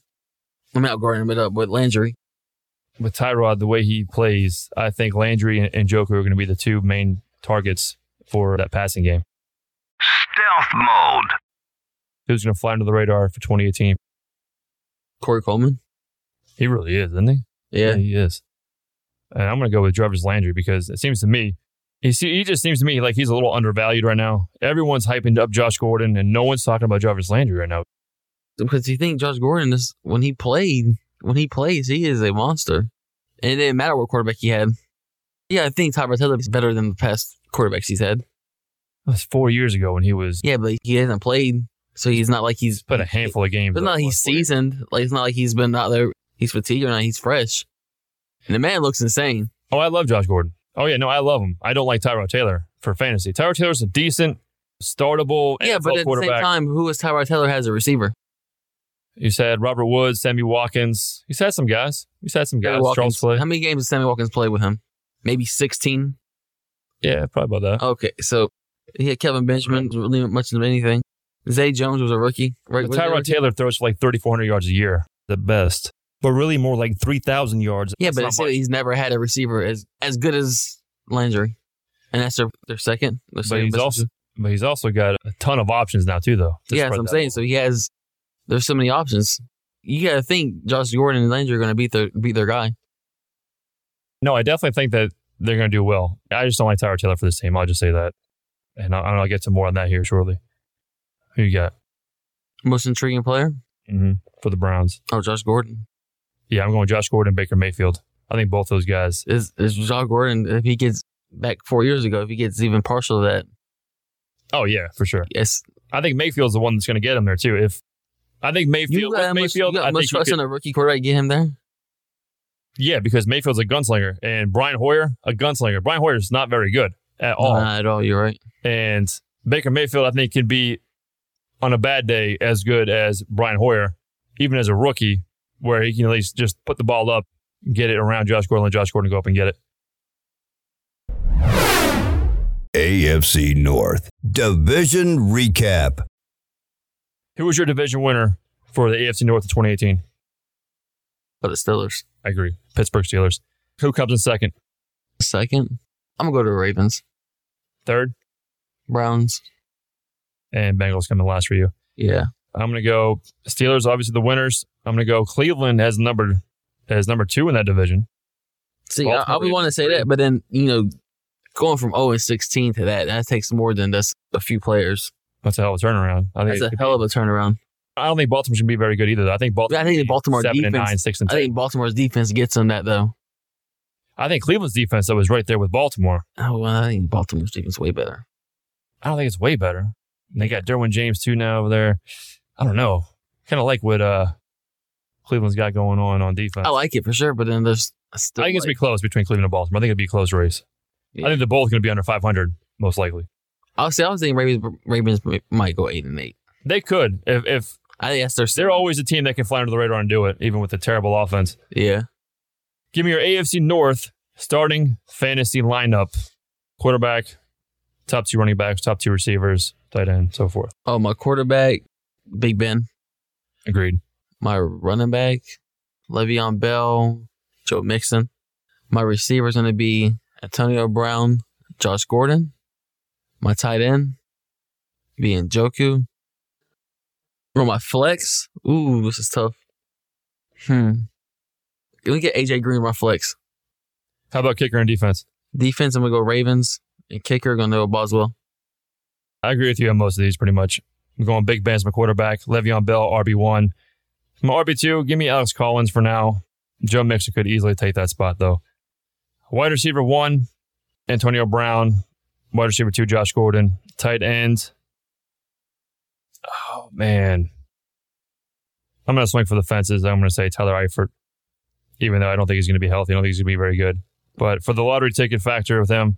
Speaker 2: I'm not Gordon, but up with Landry.
Speaker 1: With Tyrod, the way he plays, I think Landry and, and Joku are going to be the two main targets for that passing game.
Speaker 5: Stealth mode.
Speaker 1: Who's going to fly under the radar for 2018?
Speaker 2: Corey Coleman.
Speaker 1: He really is, isn't he?
Speaker 2: Yeah.
Speaker 1: he is. And I'm going to go with Jarvis Landry because it seems to me, he, see, he just seems to me like he's a little undervalued right now. Everyone's hyping up Josh Gordon, and no one's talking about Jarvis Landry right now.
Speaker 2: Because you think Josh Gordon is when he played, when he plays, he is a monster. And it didn't matter what quarterback he had. Yeah, I think Tyrod Taylor is better than the past quarterbacks he's had.
Speaker 1: That was four years ago when he was
Speaker 2: Yeah, but he hasn't played, so he's not like he's
Speaker 1: put a handful of games.
Speaker 2: But
Speaker 1: up
Speaker 2: not like he's
Speaker 1: last week.
Speaker 2: seasoned. Like it's not like he's been out there. He's fatigued or not. He's fresh. And the man looks insane.
Speaker 1: Oh, I love Josh Gordon. Oh yeah, no, I love him. I don't like Tyrod Taylor for fantasy. Tyrod Taylor's a decent, startable
Speaker 2: yeah,
Speaker 1: NFL
Speaker 2: but at the same
Speaker 1: quarterback.
Speaker 2: time, who is Tyrod Taylor as a receiver?
Speaker 1: he's had Robert Woods, Sammy Watkins. He's had some guys. He's had some guys.
Speaker 2: Sammy Watkins.
Speaker 1: Charles Clay.
Speaker 2: How many games has Sammy Watkins played with him? Maybe sixteen.
Speaker 1: Yeah, probably about that.
Speaker 2: Okay, so he had Kevin Benjamin, really much of anything. Zay Jones was a rookie, right?
Speaker 1: But
Speaker 2: Was he a
Speaker 1: Tyrod
Speaker 2: rookie?
Speaker 1: Taylor throws for like 3,400 yards a year, the best, but really more like 3,000 yards.
Speaker 2: Yeah,
Speaker 1: That's
Speaker 2: but
Speaker 1: not
Speaker 2: it's-
Speaker 1: much.
Speaker 2: he's never had a receiver as as good as Landry, and that's their their second. Their
Speaker 1: but
Speaker 2: second
Speaker 1: he's
Speaker 2: best
Speaker 1: also but he's also got a ton of options now too, though. to
Speaker 2: yeah, that's
Speaker 1: spread
Speaker 2: what I'm
Speaker 1: that
Speaker 2: saying.
Speaker 1: out.
Speaker 2: So he has there's so many options. You gotta think Josh Gordon and Landry are gonna beat their beat their guy.
Speaker 1: No, I definitely think that they're going to do well. I just don't like Tyrod Taylor for this team. I'll just say that, and I'll, and I'll get to more on that here shortly. Who you got
Speaker 2: Most intriguing player?
Speaker 1: mm-hmm. for the Browns?
Speaker 2: Oh, Josh Gordon.
Speaker 1: Yeah, I'm going Josh Gordon, Baker Mayfield. I think both those guys.
Speaker 2: Is is Josh Gordon if he gets back four years ago, if he gets even partial to that,
Speaker 1: Oh yeah, for sure.
Speaker 2: yes.
Speaker 1: I think Mayfield's the one that's going to get him there too. If I think
Speaker 2: You
Speaker 1: Mayfield,
Speaker 2: got
Speaker 1: with
Speaker 2: much,
Speaker 1: Mayfield,
Speaker 2: you got
Speaker 1: I
Speaker 2: much
Speaker 1: think he
Speaker 2: trust in
Speaker 1: could-
Speaker 2: a rookie quarterback to get him there?
Speaker 1: yeah, because Mayfield's a gunslinger, and Brian Hoyer a gunslinger. Brian Hoyer's not very good at all.
Speaker 2: Nah, at all, you're right.
Speaker 1: And Baker Mayfield, I think, can be on a bad day as good as Brian Hoyer, even as a rookie, where he can at least just put the ball up, get it around Josh Gordon, let Josh Gordon go up and get it.
Speaker 3: AFC North Division Recap.
Speaker 1: Who was your division winner for the AFC North of 2018?
Speaker 2: But the Steelers.
Speaker 1: I agree. Pittsburgh Steelers. Who comes in second?
Speaker 2: Second. I'm gonna go to the Ravens.
Speaker 1: Third?
Speaker 2: Browns.
Speaker 1: And Bengals come in last for you.
Speaker 2: Yeah.
Speaker 1: I'm going to go Steelers, obviously the winners. I'm going to go Cleveland as number as number two in that division.
Speaker 2: See, I, I
Speaker 1: Baltimore
Speaker 2: would want to
Speaker 1: is
Speaker 2: say
Speaker 1: three.
Speaker 2: that, but then, you know, going from 0 and 16 to that, that takes more than just a few players.
Speaker 1: That's a hell of a turnaround. I think
Speaker 2: That's a hell of a turnaround.
Speaker 1: I don't think Baltimore should be very good either. I think Baltimore.
Speaker 2: I think the
Speaker 1: should be
Speaker 2: Baltimore
Speaker 1: seven and
Speaker 2: defense-
Speaker 1: nine, six and
Speaker 2: I
Speaker 1: ten.
Speaker 2: think Baltimore's defense gets them that though.
Speaker 1: I think Cleveland's defense though is right there with Baltimore.
Speaker 2: Oh, well, I think Baltimore's defense way better.
Speaker 1: I don't think it's way better. And they got Derwin James too now over there. I don't know. Kind of like what uh, Cleveland's got going on on defense.
Speaker 2: I like it for sure, but then there's I
Speaker 1: I
Speaker 2: still.
Speaker 1: think it's gonna be
Speaker 2: like-
Speaker 1: close between Cleveland and Baltimore. I think it'd be a close race.
Speaker 2: Yeah.
Speaker 1: I think they're both gonna be under 500 most likely.
Speaker 2: I'll say I was thinking Ravens. Ravens m- might go eight and eight.
Speaker 1: They could if if
Speaker 2: I think that's their.
Speaker 1: they're always a team that can fly under the radar and do it, even with the terrible offense.
Speaker 2: Yeah,
Speaker 1: Give me your AFC North starting fantasy lineup: quarterback, top two running backs, top two receivers, tight end, so forth.
Speaker 2: Oh, my quarterback, Big Ben.
Speaker 1: Agreed.
Speaker 2: My running back, Le'Veon Bell, Joe Mixon. My receiver's going to be Antonio Brown, Josh Gordon. My tight end, being Joku. Bro, my flex. Ooh, this is tough. Hmm. Let me get AJ Green my flex.
Speaker 1: How about kicker and defense?
Speaker 2: Defense, I'm going to go Ravens. And kicker, going to go Boswell.
Speaker 1: I agree with you on most of these pretty much. I'm going Big Ben's my quarterback, Le'Veon Bell, RB1. My RB2, give me Alex Collins for now. Joe Mixon could easily take that spot, though. Wide receiver one, Antonio Brown. Wide receiver two, Josh Gordon. Tight end. Oh, man. I'm going to swing for the fences. I'm going to say Tyler Eifert, even though I don't think he's going to be healthy. I don't think he's going to be very good. But for the lottery ticket factor with him,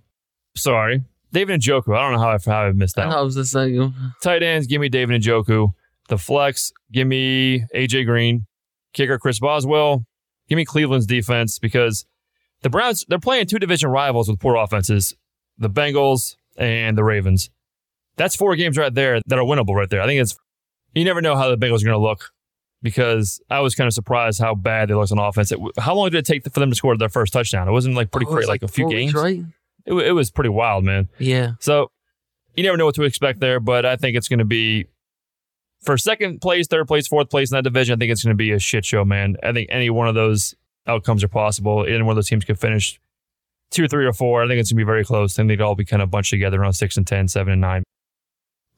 Speaker 1: sorry. David Njoku, I don't know how I, how I missed that.
Speaker 2: I
Speaker 1: one.
Speaker 2: thought it was this thing.
Speaker 1: Tight ends, give me David Njoku. The flex, give me AJ Green. Kicker, Chris Boswell. Give me Cleveland's defense because the Browns, they're playing two division rivals with poor offenses the Bengals and the Ravens. That's four games right there that are winnable right there. I think it's, you never know how the Bengals are going to look because I was kind of surprised how bad they looked on offense. It, how long did it take for them to score their first touchdown? It wasn't like pretty
Speaker 2: Oh,
Speaker 1: crazy,
Speaker 2: it's
Speaker 1: like, a few
Speaker 2: four
Speaker 1: games.
Speaker 2: weeks, right?
Speaker 1: It, wa- it was pretty wild, man.
Speaker 2: Yeah.
Speaker 1: So you never know what to expect there, but I think it's going to be for second place, third place, fourth place in that division. I think it's going to be a shit show, man. I think any one of those outcomes are possible. Any one of those teams could finish two or three or four. I think it's going to be very close. I think they'd all be kind of bunched together around six and ten, seven and nine.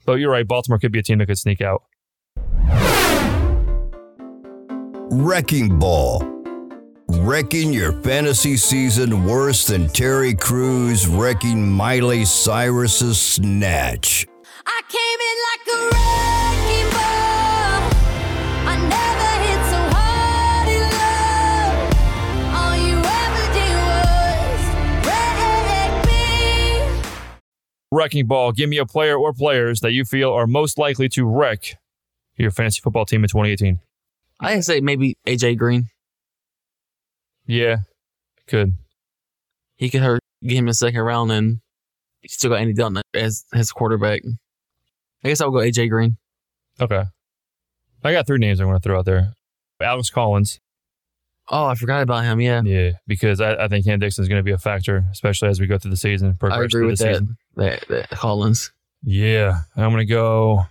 Speaker 1: But you're right. Baltimore could be a team that could sneak out.
Speaker 3: Wrecking Ball. Wrecking your fantasy season worse than Terry Crews wrecking Miley Cyrus's snatch.
Speaker 6: I came in like a wrecking ball. I never hit so hard in love. All you ever did was wreck me.
Speaker 1: Wrecking ball. Give me a player or players that you feel are most likely to wreck your fantasy football team in 2018.
Speaker 2: I say maybe AJ Green.
Speaker 1: Yeah, could.
Speaker 2: He could hurt get him in the second round and he still got Andy Dalton as his quarterback. I guess I would go AJ Green.
Speaker 1: Okay. I got three names I want to throw out there. Alex Collins.
Speaker 2: Oh, I forgot about him. Yeah.
Speaker 1: Yeah, because I, I think Cam Dixon is going to be a factor, especially as we go through the season.
Speaker 2: I
Speaker 1: progress
Speaker 2: agree
Speaker 1: through
Speaker 2: with
Speaker 1: the
Speaker 2: that.
Speaker 1: season.
Speaker 2: that. That Collins.
Speaker 1: Yeah, I'm going to go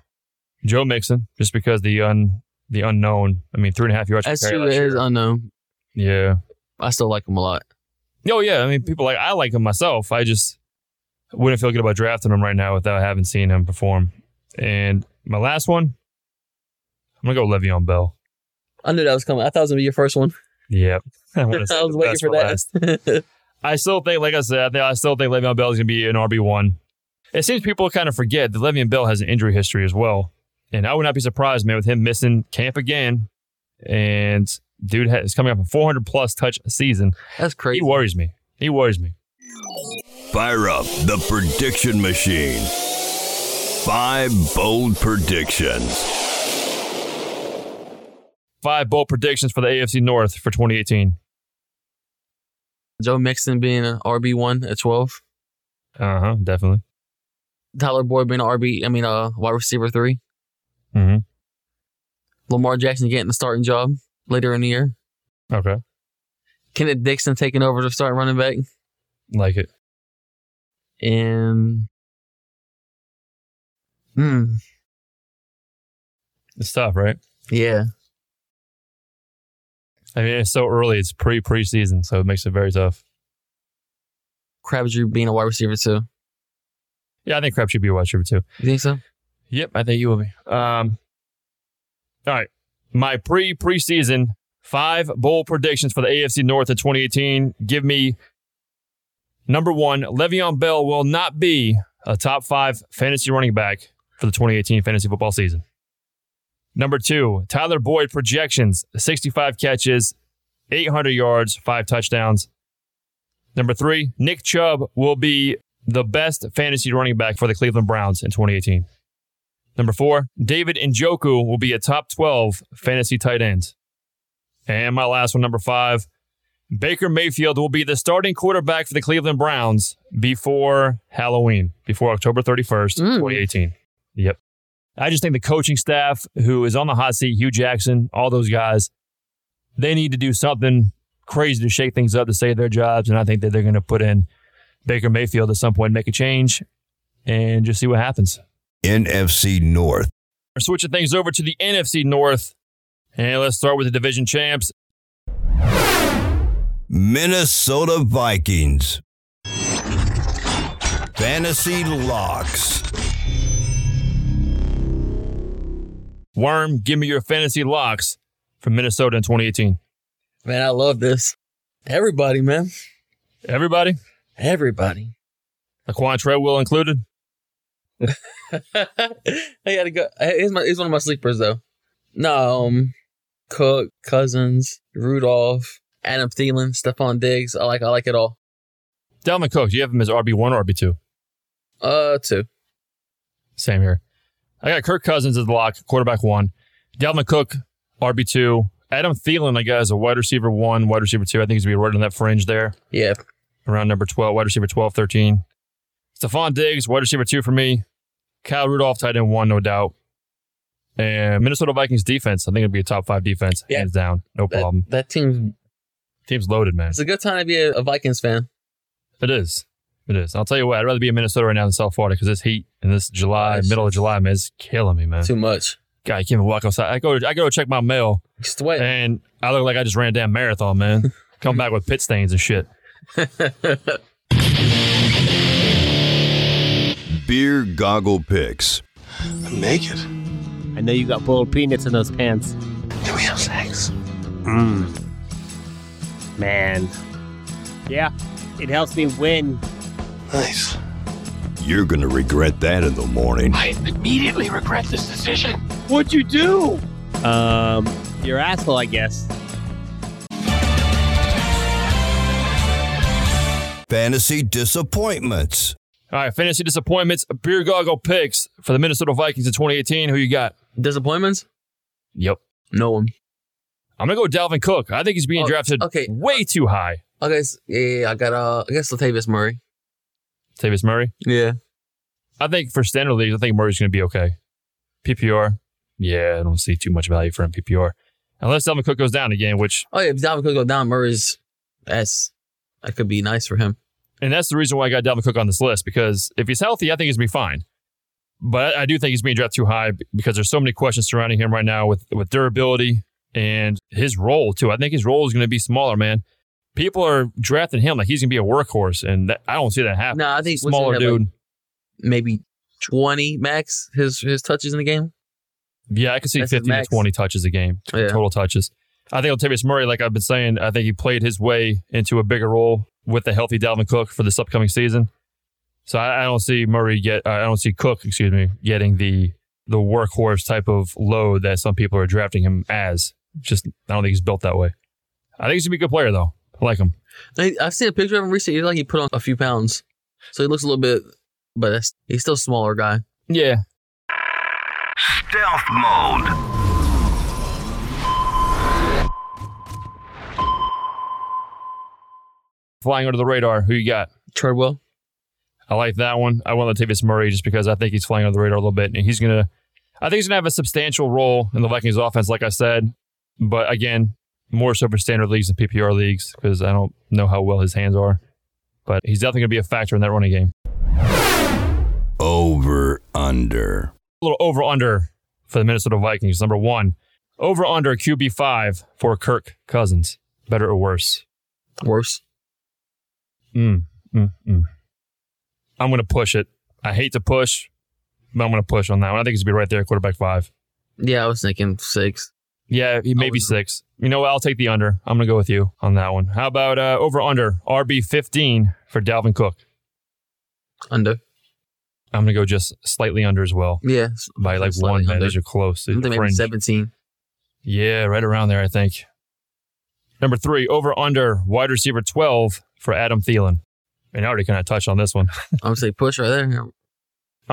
Speaker 1: Joe Mixon just because the un the unknown. I mean, three and a half yards. per
Speaker 2: That's
Speaker 1: carry
Speaker 2: true.
Speaker 1: last
Speaker 2: It is
Speaker 1: year.
Speaker 2: unknown.
Speaker 1: yeah.
Speaker 2: I still like him a lot.
Speaker 1: Oh yeah. I mean, people like I like him myself. I just wouldn't feel good about drafting him right now without having seen him perform. And my last one, I'm going to go Le'Veon Bell.
Speaker 2: I knew that was coming. I thought it was gonna be your first one.
Speaker 1: Yeah, I,
Speaker 2: I
Speaker 1: wanna save
Speaker 2: was
Speaker 1: the
Speaker 2: waiting
Speaker 1: best last.
Speaker 2: for that.
Speaker 1: I still think, like I said, I, think, I still think Le'Veon Bell is going to be an RB one. It seems people kind of forget that Le'Veon Bell has an injury history as well, and I would not be surprised, man, with him missing camp again. And dude ha- is coming up a 400 plus touch season.
Speaker 2: That's
Speaker 1: He
Speaker 2: crazy.
Speaker 1: worries me. He worries me.
Speaker 3: Fire up the prediction machine. Five bold predictions.
Speaker 1: Five bold predictions for the AFC North for 2018.
Speaker 2: Joe Mixon being an RB one at twelve.
Speaker 1: Uh huh. Definitely.
Speaker 2: Tyler Boyd being an RB. I mean, uh, wide receiver three.
Speaker 1: Mm-hmm.
Speaker 2: Lamar Jackson getting the starting job later in the year.
Speaker 1: Okay.
Speaker 2: Kenneth Dixon taking over to start running back.
Speaker 1: Like it.
Speaker 2: And hmm,
Speaker 1: It's tough, right?
Speaker 2: yeah,
Speaker 1: I mean, it's so early. It's pre preseason, so it makes it very tough.
Speaker 2: Crabtree being a wide receiver too.
Speaker 1: Yeah, I think Crab should be a wide receiver too.
Speaker 2: You think so?
Speaker 1: Yep, I think you will be. Um, all right, my pre preseason five bowl predictions for the AFC North in 2018. Give me number one: Le'Veon Bell will not be a top five fantasy running back for the 2018 fantasy football season. Number two: Tyler Boyd projections: 65 catches, 800 yards, five touchdowns. Number three: Nick Chubb will be the best fantasy running back for the Cleveland Browns in 2018. Number four, David Njoku will be a top 12 fantasy tight end. And my last one, number five, Baker Mayfield will be the starting quarterback for the Cleveland Browns before Halloween, before October 31st,
Speaker 2: Mm.
Speaker 1: 2018. Yep. I just think the coaching staff, who is on the hot seat, Hugh Jackson, all those guys, they need to do something crazy to shake things up to save their jobs. And I think that they're going to put in Baker Mayfield at some point, make a change, and just see what happens.
Speaker 3: NFC North.
Speaker 1: We're switching things over to the NFC North. And let's start with the division champs.
Speaker 3: Minnesota Vikings. Fantasy Locks.
Speaker 1: Worm, give me your fantasy locks from Minnesota in 2018.
Speaker 2: Man, I love this. Everybody, man.
Speaker 1: Everybody,
Speaker 2: Everybody.
Speaker 1: Laquan Treadwell included.
Speaker 2: I gotta go. He's, my, he's one of my sleepers, though. No, um, Cook, Cousins, Rudolph, Adam Thielen, Stephon Diggs. I like I like it all.
Speaker 1: Dalvin Cook, do you have him as RB1 or RB2?
Speaker 2: Uh, two.
Speaker 1: Same here. I got Kirk Cousins as the lock, quarterback one. Dalvin Cook, RB2. Adam Thielen, I guess, a wide receiver one, wide receiver two. I think he's going to be right on that fringe there,
Speaker 2: Yeah.
Speaker 1: around number 12, wide receiver 12, 13. Stephon Diggs, wide receiver two for me. Kyle Rudolph, tight end one, no doubt. And Minnesota Vikings defense, I think it'd be a top five defense,
Speaker 2: Yeah.
Speaker 1: hands down, no
Speaker 2: That,
Speaker 1: problem.
Speaker 2: that team.
Speaker 1: Team's loaded, man.
Speaker 2: It's a good time to be a, a Vikings fan.
Speaker 1: It is. It is. I'll tell you what, I'd rather be in Minnesota right now than South Florida because this heat in this July,
Speaker 2: Nice.
Speaker 1: middle of July, man, is killing me, man.
Speaker 2: Too much.
Speaker 1: God, I can't even walk outside. I go, I go check my mail,
Speaker 2: You sweat.
Speaker 1: and I look like I just ran a damn marathon, man. Come back with pit stains and shit.
Speaker 3: Beer goggle picks.
Speaker 4: I'm naked.
Speaker 7: I know you got boiled peanuts in those pants.
Speaker 4: Do we have sex?
Speaker 7: Mmm. Man. Yeah, it helps me win.
Speaker 4: Nice.
Speaker 3: You're going to regret that in the morning.
Speaker 4: I immediately regret this decision.
Speaker 7: What'd you do? Um, your asshole, I guess.
Speaker 3: Fantasy disappointments.
Speaker 1: All right, fantasy disappointments, beer goggle picks for the Minnesota Vikings in 2018. Who you got?
Speaker 2: Disappointments?
Speaker 1: Yep.
Speaker 2: No one.
Speaker 1: I'm gonna go with Dalvin Cook. I think he's being
Speaker 2: Oh,
Speaker 1: drafted
Speaker 2: okay.
Speaker 1: way too high.
Speaker 2: I guess. Yeah, yeah, I got. Uh, I guess Latavius Murray.
Speaker 1: Tavis Murray.
Speaker 2: Yeah.
Speaker 1: I think for standard leagues, I think Murray's gonna be okay. PPR. Yeah, I don't see too much value for him in PPR. Unless Dalvin Cook goes down again, which
Speaker 2: Oh yeah. If Dalvin could go down, Murray's. That's that could be nice for him.
Speaker 1: And that's the reason why I got Dalvin Cook on this list because if he's healthy, I think he's going to be fine. But I do think he's being drafted too high because there's so many questions surrounding him right now with, with durability and his role, too. I think his role is going to be smaller, man. People are drafting him like he's going to be a workhorse, and that, I don't see that happen.
Speaker 2: No, I think what's
Speaker 1: smaller
Speaker 2: he have, like,
Speaker 1: dude.
Speaker 2: maybe twenty max. His his touches in the game.
Speaker 1: yeah, I can see
Speaker 2: that's his
Speaker 1: 15 to
Speaker 2: max.
Speaker 1: 20 touches a game,
Speaker 2: Yeah.
Speaker 1: total touches. I think Latavius Murray, like I've been saying, I think he played his way into a bigger role with the healthy Dalvin Cook for this upcoming season. So I, I don't see Murray get, uh, I don't see Cook, excuse me, getting the the workhorse type of load that some people are drafting him as. Just I don't think he's built that way. I think he's gonna be a good player though. I like him.
Speaker 2: I, I've seen a picture of him recently. He's like he put on a few pounds, so he looks a little bit, but that's, he's still a smaller guy.
Speaker 1: Yeah,
Speaker 5: Stealth mode.
Speaker 1: flying under the radar. Who you got?
Speaker 2: Treadwell.
Speaker 1: I like that one. I want Latavius Murray just because I think he's flying under the radar a little bit, and he's gonna. I think he's gonna have a substantial role in the Vikings offense, like I said. But again, more so for standard leagues than PPR leagues because I don't know how well his hands are. But he's definitely gonna be a factor in that running game.
Speaker 3: Over under.
Speaker 1: A little over under for the Minnesota Vikings. Number one, over under QB five for Kirk Cousins. Better or worse?
Speaker 2: Worse.
Speaker 1: Mm, mm, mm. I'm gonna push it. I hate to push, but I'm gonna push on that one. I think he's gonna be right there, quarterback five.
Speaker 2: Yeah, I was thinking six.
Speaker 1: Yeah, he maybe
Speaker 2: would-
Speaker 1: six. You know what? I'll take the under. I'm going to go with you on that one. How about uh, over under RB 15 for Dalvin Cook?
Speaker 2: Under.
Speaker 1: I'm going to go just slightly under as well
Speaker 2: Yeah.
Speaker 1: by like
Speaker 2: Slightly
Speaker 1: one. Man,
Speaker 2: under.
Speaker 1: those are close.
Speaker 2: I think maybe
Speaker 1: Fringe.
Speaker 2: seventeen.
Speaker 1: Yeah, right around there, I think. Number three, over under wide receiver 12 for Adam Thielen. And I already kind of touched on this one.
Speaker 2: I'm gonna say push right there.
Speaker 1: I'm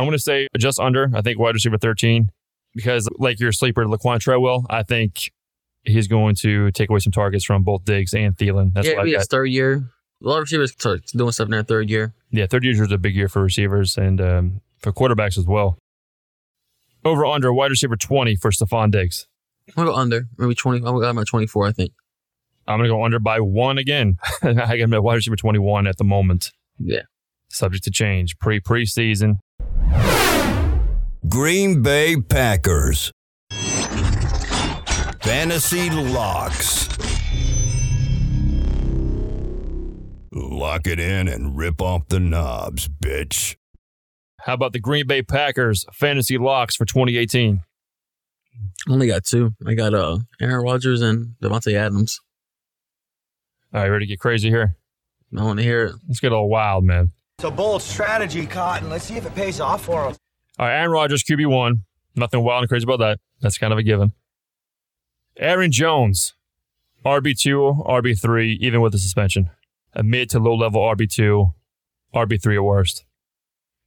Speaker 1: going to say just under. I think wide receiver 13 because, like your sleeper, Laquan Treadwell, I think he's going to take away some targets from both Diggs and Thielen. That's
Speaker 2: yeah,
Speaker 1: what I
Speaker 2: yeah,
Speaker 1: got.
Speaker 2: it's third year. A lot of receivers start doing stuff in their third year.
Speaker 1: Yeah, third years is a big year for receivers and um, for quarterbacks as well. Over under wide receiver 20 for Stephon Diggs.
Speaker 2: I'm gonna go under. Maybe twenty. I'm gonna go 24. I think.
Speaker 1: I'm going to go under by one again. I got him at wide receiver 21 at the moment.
Speaker 2: Yeah.
Speaker 1: Subject to change pre preseason.
Speaker 3: Green Bay Packers. Fantasy locks. Lock it in and rip off the knobs, bitch.
Speaker 1: How about the Green Bay Packers fantasy locks for 2018?
Speaker 2: I only got two. I got uh Aaron Rodgers and Devontae Adams.
Speaker 1: All right, ready to get crazy here?
Speaker 2: I want to hear it.
Speaker 1: Let's get all wild, man.
Speaker 8: It's a bold strategy, Cotton. Let's see if it pays off for him.
Speaker 1: All right, Aaron Rodgers, QB1. Nothing wild and crazy about that. That's kind of a given. Aaron Jones, RB2, RB3, even with the suspension. A mid to low level RB2, RB3 at worst.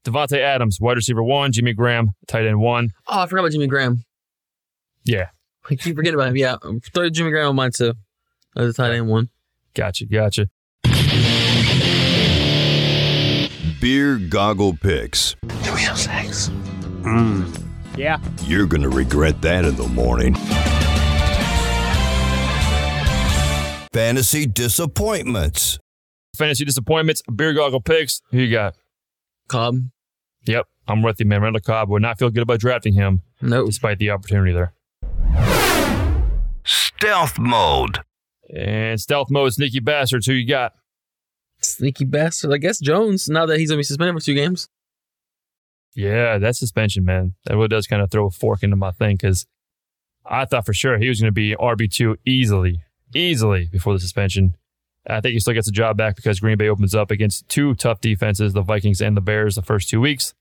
Speaker 1: Devontae Adams, wide receiver one. Jimmy Graham, tight end one.
Speaker 2: Oh, I forgot about Jimmy Graham.
Speaker 1: Yeah.
Speaker 2: I keep forgetting about him. Yeah, third Jimmy Graham on mine too. That was a tight end one.
Speaker 1: Gotcha, gotcha.
Speaker 3: Beer goggle picks.
Speaker 7: Yeah.
Speaker 3: You're going to regret that in the morning. Fantasy disappointments.
Speaker 1: Fantasy disappointments, beer goggle picks. Who you got?
Speaker 2: Cobb.
Speaker 1: Yep, I'm with you, man. Randall Cobb would not feel good about drafting him
Speaker 2: Nope.
Speaker 1: despite the opportunity there.
Speaker 5: Stealth mode.
Speaker 1: And stealth mode, sneaky bastards. Who you got?
Speaker 2: Sneaky bastard. I guess Jones. Now that he's gonna be suspended for two games.
Speaker 1: Yeah, that suspension, man. That really does kind of throw a fork into my thing because I thought for sure he was going to be RB2 easily, easily before the suspension. I think he still gets a job back because Green Bay opens up against two tough defenses, the Vikings and the Bears, the first two weeks.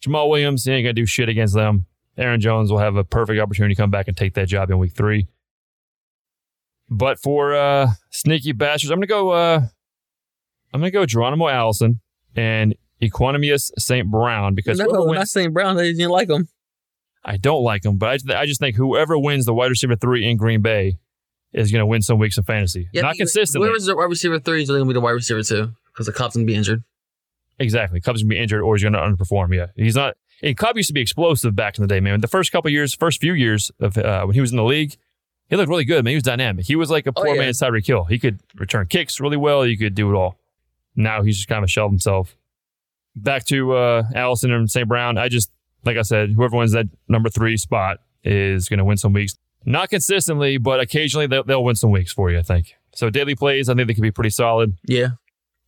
Speaker 1: Jamal Williams, he ain't going to do shit against them. Aaron Jones will have a perfect opportunity to come back and take that job in week three. But for uh, sneaky bastards, I'm going to go. Uh, I'm going to go Geronimo Allison and Equanimous St. Brown because
Speaker 2: No,
Speaker 1: whoever wins-
Speaker 2: not saying Brown. They didn't like him.
Speaker 1: I don't like him, but I, I just think whoever wins the wide receiver three in Green Bay is going to win some weeks of fantasy.
Speaker 2: Yeah,
Speaker 1: Not
Speaker 2: I think
Speaker 1: consistently.
Speaker 2: Whoever's the wide receiver three is gonna be the wide receiver two because the Cobb's gonna be injured.
Speaker 1: exactly. Cubs going to be injured or he's going to underperform. Yeah. He's not. And Cobb used to be explosive back in the day, man. The first couple years, first few years of uh, when he was in the league, he looked really good, man. He was dynamic. He was like a
Speaker 2: Oh,
Speaker 1: poor
Speaker 2: yeah.
Speaker 1: man's Tyreek Hill. He could return kicks really well. He could do it all. Now he's just kind of shelved himself. Back to uh, Allison and St. Brown. I just, like I said, whoever wins that number three spot is going to win some weeks. Not consistently, but occasionally they'll, they'll win some weeks for you, I think. So daily plays, I think they could be pretty solid
Speaker 2: Yeah.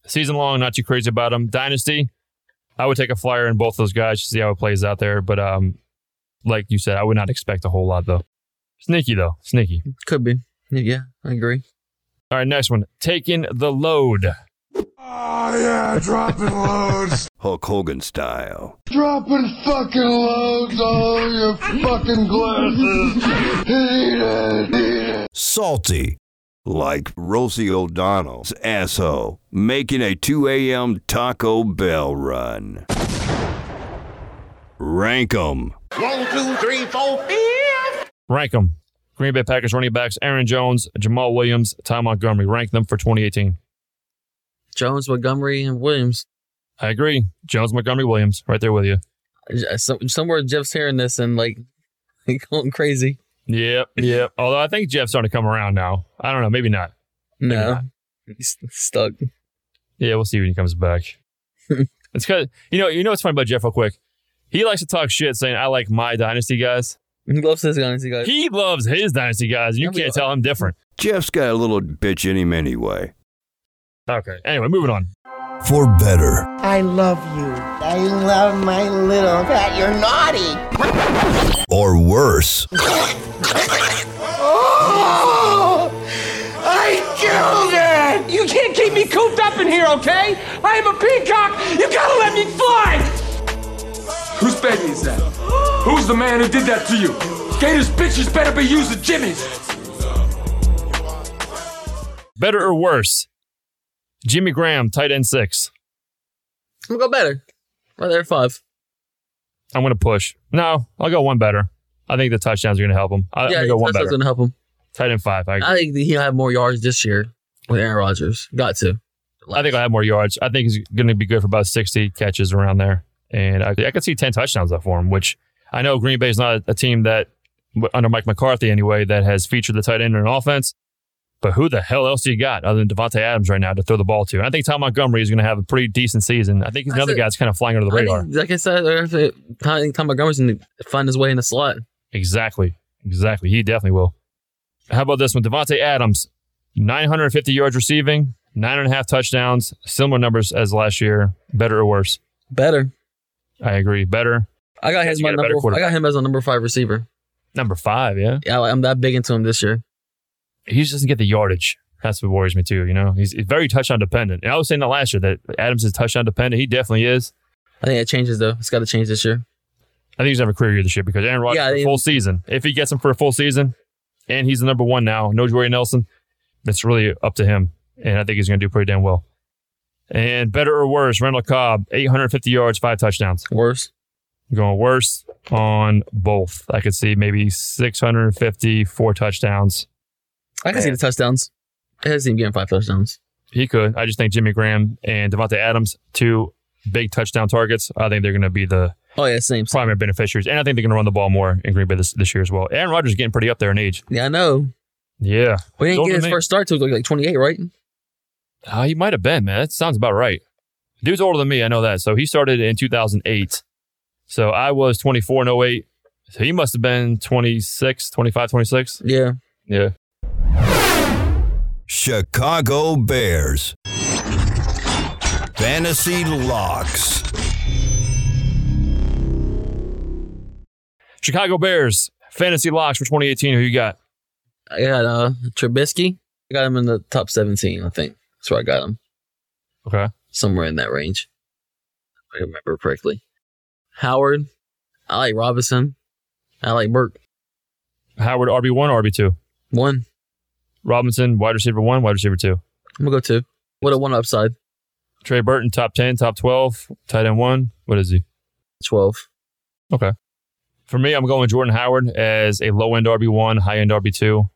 Speaker 1: season long, not too crazy about him. Dynasty, I would take a flyer in both those guys to see how it plays out there. But um, like you said, I would not expect a whole lot though. Sneaky though, sneaky.
Speaker 2: Could be. Yeah, I agree.
Speaker 1: All right, next one. Taking the load.
Speaker 4: Oh, yeah, dropping loads.
Speaker 3: Hulk Hogan style.
Speaker 4: dropping fucking loads all over your fucking glasses. Eat it, eat it.
Speaker 3: Salty. Like Rosie O'Donnell's asshole making a 2 a.m. Taco Bell run. Rank 'em.
Speaker 1: Rank them. Green Bay Packers running backs: Aaron Jones, Jamal Williams, Ty Montgomery. Rank them for 2018.
Speaker 2: Jones, Montgomery, and Williams.
Speaker 1: I agree. Jones, Montgomery, Williams, right there with you.
Speaker 2: Uh, Some, somewhere Jeff's hearing this and like going crazy.
Speaker 1: Yep, yep. Although I think Jeff's starting to come around now. I don't know, maybe not.
Speaker 2: No, he's stuck.
Speaker 1: Yeah, we'll see when he comes back. it's cause you know, you know what's funny about Jeff real quick? He likes to talk shit saying I like my dynasty guys.
Speaker 2: He loves his guns. He goes,
Speaker 1: He loves his dynasty guys, and you
Speaker 2: Yeah, we-
Speaker 1: can't tell him different.
Speaker 3: Jeff's got a little bitch in him anyway.
Speaker 1: Okay. Anyway, moving on.
Speaker 3: For better.
Speaker 9: I love you. I love my little cat. You're naughty.
Speaker 3: Or worse.
Speaker 9: Oh! I killed it! You can't keep me cooped up in here, okay? I am a peacock. You gotta let me fly.
Speaker 10: Whose baby is that? Who's the man who did that to you? Gators bitches better be using Jimmy's.
Speaker 1: Better or worse. Jimmy Graham, tight end six.
Speaker 2: I'm gonna go better. Right there, five.
Speaker 1: I'm gonna push. No, I'll go one better. I think the touchdowns are gonna help him. I, am gonna go one
Speaker 2: that's
Speaker 1: better.
Speaker 2: what's gonna help him.
Speaker 1: Tight end five. I, agree.
Speaker 2: I think that he'll have more yards this year with Aaron Rodgers. Got to.
Speaker 1: I think I'll have more yards. I think he's gonna be good for about 60 catches around there, and I, I could see 10 touchdowns up for him. Which I know Green Bay's not a team that w- under Mike McCarthy anyway that has featured the tight end in an offense. But who the hell else you got other than Devontae Adams right now to throw the ball to? And I think Tom Montgomery is going to have a pretty decent season. I think he's
Speaker 2: I
Speaker 1: another
Speaker 2: said-
Speaker 1: guy that's kind of flying under the
Speaker 2: I
Speaker 1: radar.
Speaker 2: think, like I said, I think Tom Tom Montgomery's gonna find his way in the slot.
Speaker 1: Exactly. Exactly. He definitely will. How about this one? Devontae Adams, 950 yards receiving, nine and a half touchdowns, similar numbers as last year. Better or worse?
Speaker 2: Better.
Speaker 1: I agree. Better.
Speaker 2: I got him
Speaker 1: Yes,
Speaker 2: as
Speaker 1: you
Speaker 2: my
Speaker 1: got a better
Speaker 2: number. I
Speaker 1: quarterback.
Speaker 2: got him as a number five receiver.
Speaker 1: Number five, yeah.
Speaker 2: Yeah, I- I'm that big into him this year.
Speaker 1: He just doesn't get the yardage. That's what worries me too. You know, he's he's very touchdown dependent. And I was saying that last year that Adams is touchdown dependent. He definitely is.
Speaker 2: I think it changes though. It's got to change this year.
Speaker 1: I think he's gonna have a career year this year because Aaron Rodgers
Speaker 2: Yeah,
Speaker 1: for a
Speaker 2: he-
Speaker 1: full season. If he gets him for a full season, and he's the number one now, no Jordy Nelson, it's really up to him, and I think he's gonna do pretty damn well. And better or worse, Randall Cobb, 850 yards, five touchdowns.
Speaker 2: Worse.
Speaker 1: Going worse on both. I could see maybe 650, four touchdowns.
Speaker 2: I can see the touchdowns. It has him getting five touchdowns.
Speaker 1: He could. I just think Jimmy Graham and Devontae Adams, two big touchdown targets. I think they're going to be the
Speaker 2: Oh yeah, same.
Speaker 1: primary beneficiaries. And I think they're going to run the ball more in Green Bay this, this year as well. Aaron Rodgers is getting pretty up there in age.
Speaker 2: Yeah, I know.
Speaker 1: Yeah.
Speaker 2: We didn't
Speaker 1: Don't
Speaker 2: get his
Speaker 1: admit-
Speaker 2: first start till he was like 28, right?
Speaker 1: Uh, he might have been, man. That sounds about right. Dude's older than me. I know that. So he started in 2008. So I was 24 in 08. So he must have been 26, 25, 26.
Speaker 2: Yeah.
Speaker 1: Yeah.
Speaker 3: Chicago Bears. Fantasy Locks.
Speaker 1: Chicago Bears, fantasy locks for 2018. Who you got?
Speaker 2: I got uh Trubisky. I got him in the top 17, I think. That's where I got him.
Speaker 1: Okay.
Speaker 2: Somewhere in that range. If I remember correctly. Howard. I like Robinson. I like Burke.
Speaker 1: Howard, RB1, RB2.
Speaker 2: One.
Speaker 1: Robinson, wide receiver one, wide receiver two.
Speaker 2: I'm gonna go two. What a one upside.
Speaker 1: Trey Burton, top 10, top 12, tight end one. What is he?
Speaker 2: Twelve.
Speaker 1: Okay. For me, I'm going Jordan Howard as a low end RB1, high end RB2.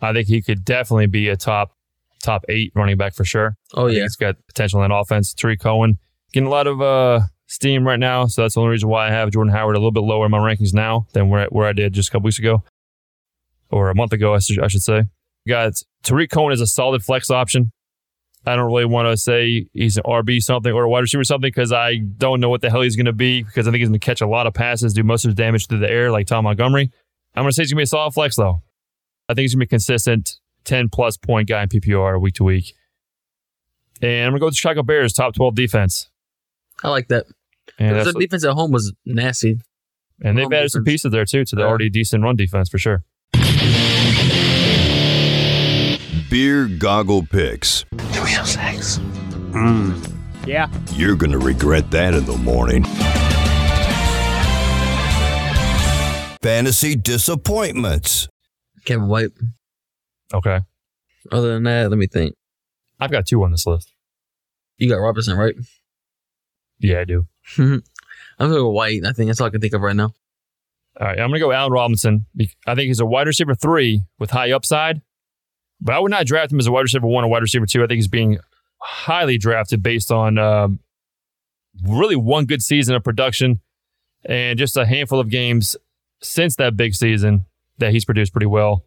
Speaker 1: I think he could definitely be a top top eight running back for sure.
Speaker 2: Oh
Speaker 1: I think
Speaker 2: yeah.
Speaker 1: He's got potential in that offense. Tariq Cohen getting a lot of uh, steam right now. So that's the only reason why I have Jordan Howard a little bit lower in my rankings now than where, where I did just a couple weeks ago or a month ago, I, should- I should say. Got Tariq Cohen is a solid flex option. I don't really want to say he's an RB something or a wide receiver something because I don't know what the hell he's going to be because I think he's going to catch a lot of passes, do most of his damage through the air like Tom Montgomery. I'm going to say he's going to be a solid flex though. I think he's going to be a consistent 10 plus point guy in PPR week to week. And I'm gonna go with the Chicago Bears top twelve defense.
Speaker 2: I like that.
Speaker 1: And,
Speaker 2: Their
Speaker 1: that's-
Speaker 2: defense at home was nasty.
Speaker 1: and they've
Speaker 2: home
Speaker 1: added some
Speaker 2: defense.
Speaker 1: pieces there too to the
Speaker 2: Yeah.
Speaker 1: already decent run defense for sure.
Speaker 3: Beer Goggle Picks.
Speaker 7: Yeah.
Speaker 3: You're going to regret that in the morning. Fantasy Disappointments.
Speaker 2: Kevin White.
Speaker 1: Okay,
Speaker 2: Other than that, let me think.
Speaker 1: I've got two on this list.
Speaker 2: You got Robertson, right?
Speaker 1: Yeah, I do.
Speaker 2: I'm gonna go White. I think that's all I can think of right now.
Speaker 1: All right, I'm gonna go Allen Robinson. Be- I think he's a wide receiver three with high upside, but I would not draft him as a wide receiver one or wide receiver two. I think he's being highly drafted based on um, really one good season of production and just a handful of games since that big season that he's produced pretty well.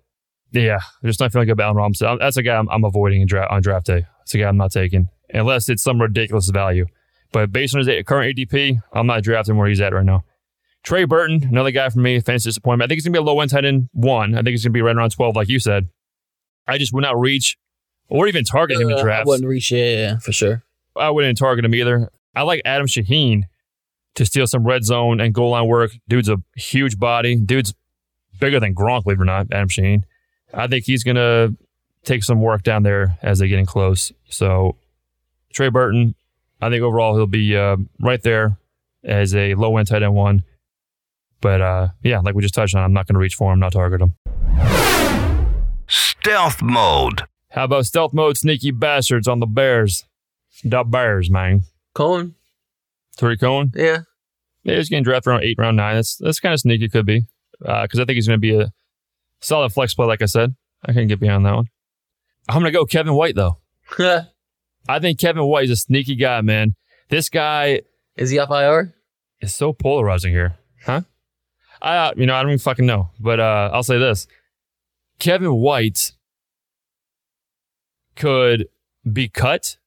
Speaker 1: Yeah, I'm just not feeling good about Allen Robinson. I'm- That's a guy I'm, I'm avoiding in dra- on draft day. That's a guy I'm not taking unless it's some ridiculous value. But based on his current ADP, I'm not drafting where he's at right now. Trey Burton, another guy for me, fantasy disappointment. I think he's gonna be a low end tight end one. I think he's gonna be right around twelve, like you said. I just would not reach or even target him in
Speaker 2: Uh, I
Speaker 1: drafts.
Speaker 2: wouldn't reach. Yeah, yeah, yeah, for sure.
Speaker 1: I wouldn't target him either. I like Adam Shaheen to steal some red zone and goal line work. Dude's a huge body. Dude's bigger than Gronk, believe it or not, Adam Shaheen. I think he's going to take some work down there as they're getting close. So, Trey Burton, I think overall he'll be uh, right there as a low end tight end one. But uh, yeah, like we just touched on, I'm not going to reach for him, not target him.
Speaker 5: Stealth mode.
Speaker 1: How about stealth mode, sneaky bastards on the Bears? The Bears, man.
Speaker 2: Cohen.
Speaker 1: Tariq Cohen.
Speaker 2: Yeah.
Speaker 1: Yeah, he's getting drafted around eight, round nine. That's that's kind of sneaky, could be, because I think he's going to be a solid flex play. Like I said, I can get behind that one. I'm going to go Kevin White though. I think Kevin White is a sneaky guy, man. This guy
Speaker 2: Is he off IR?
Speaker 1: is so polarizing here, huh? I uh, you know I don't even fucking know, but uh, I'll say this: Kevin White could be cut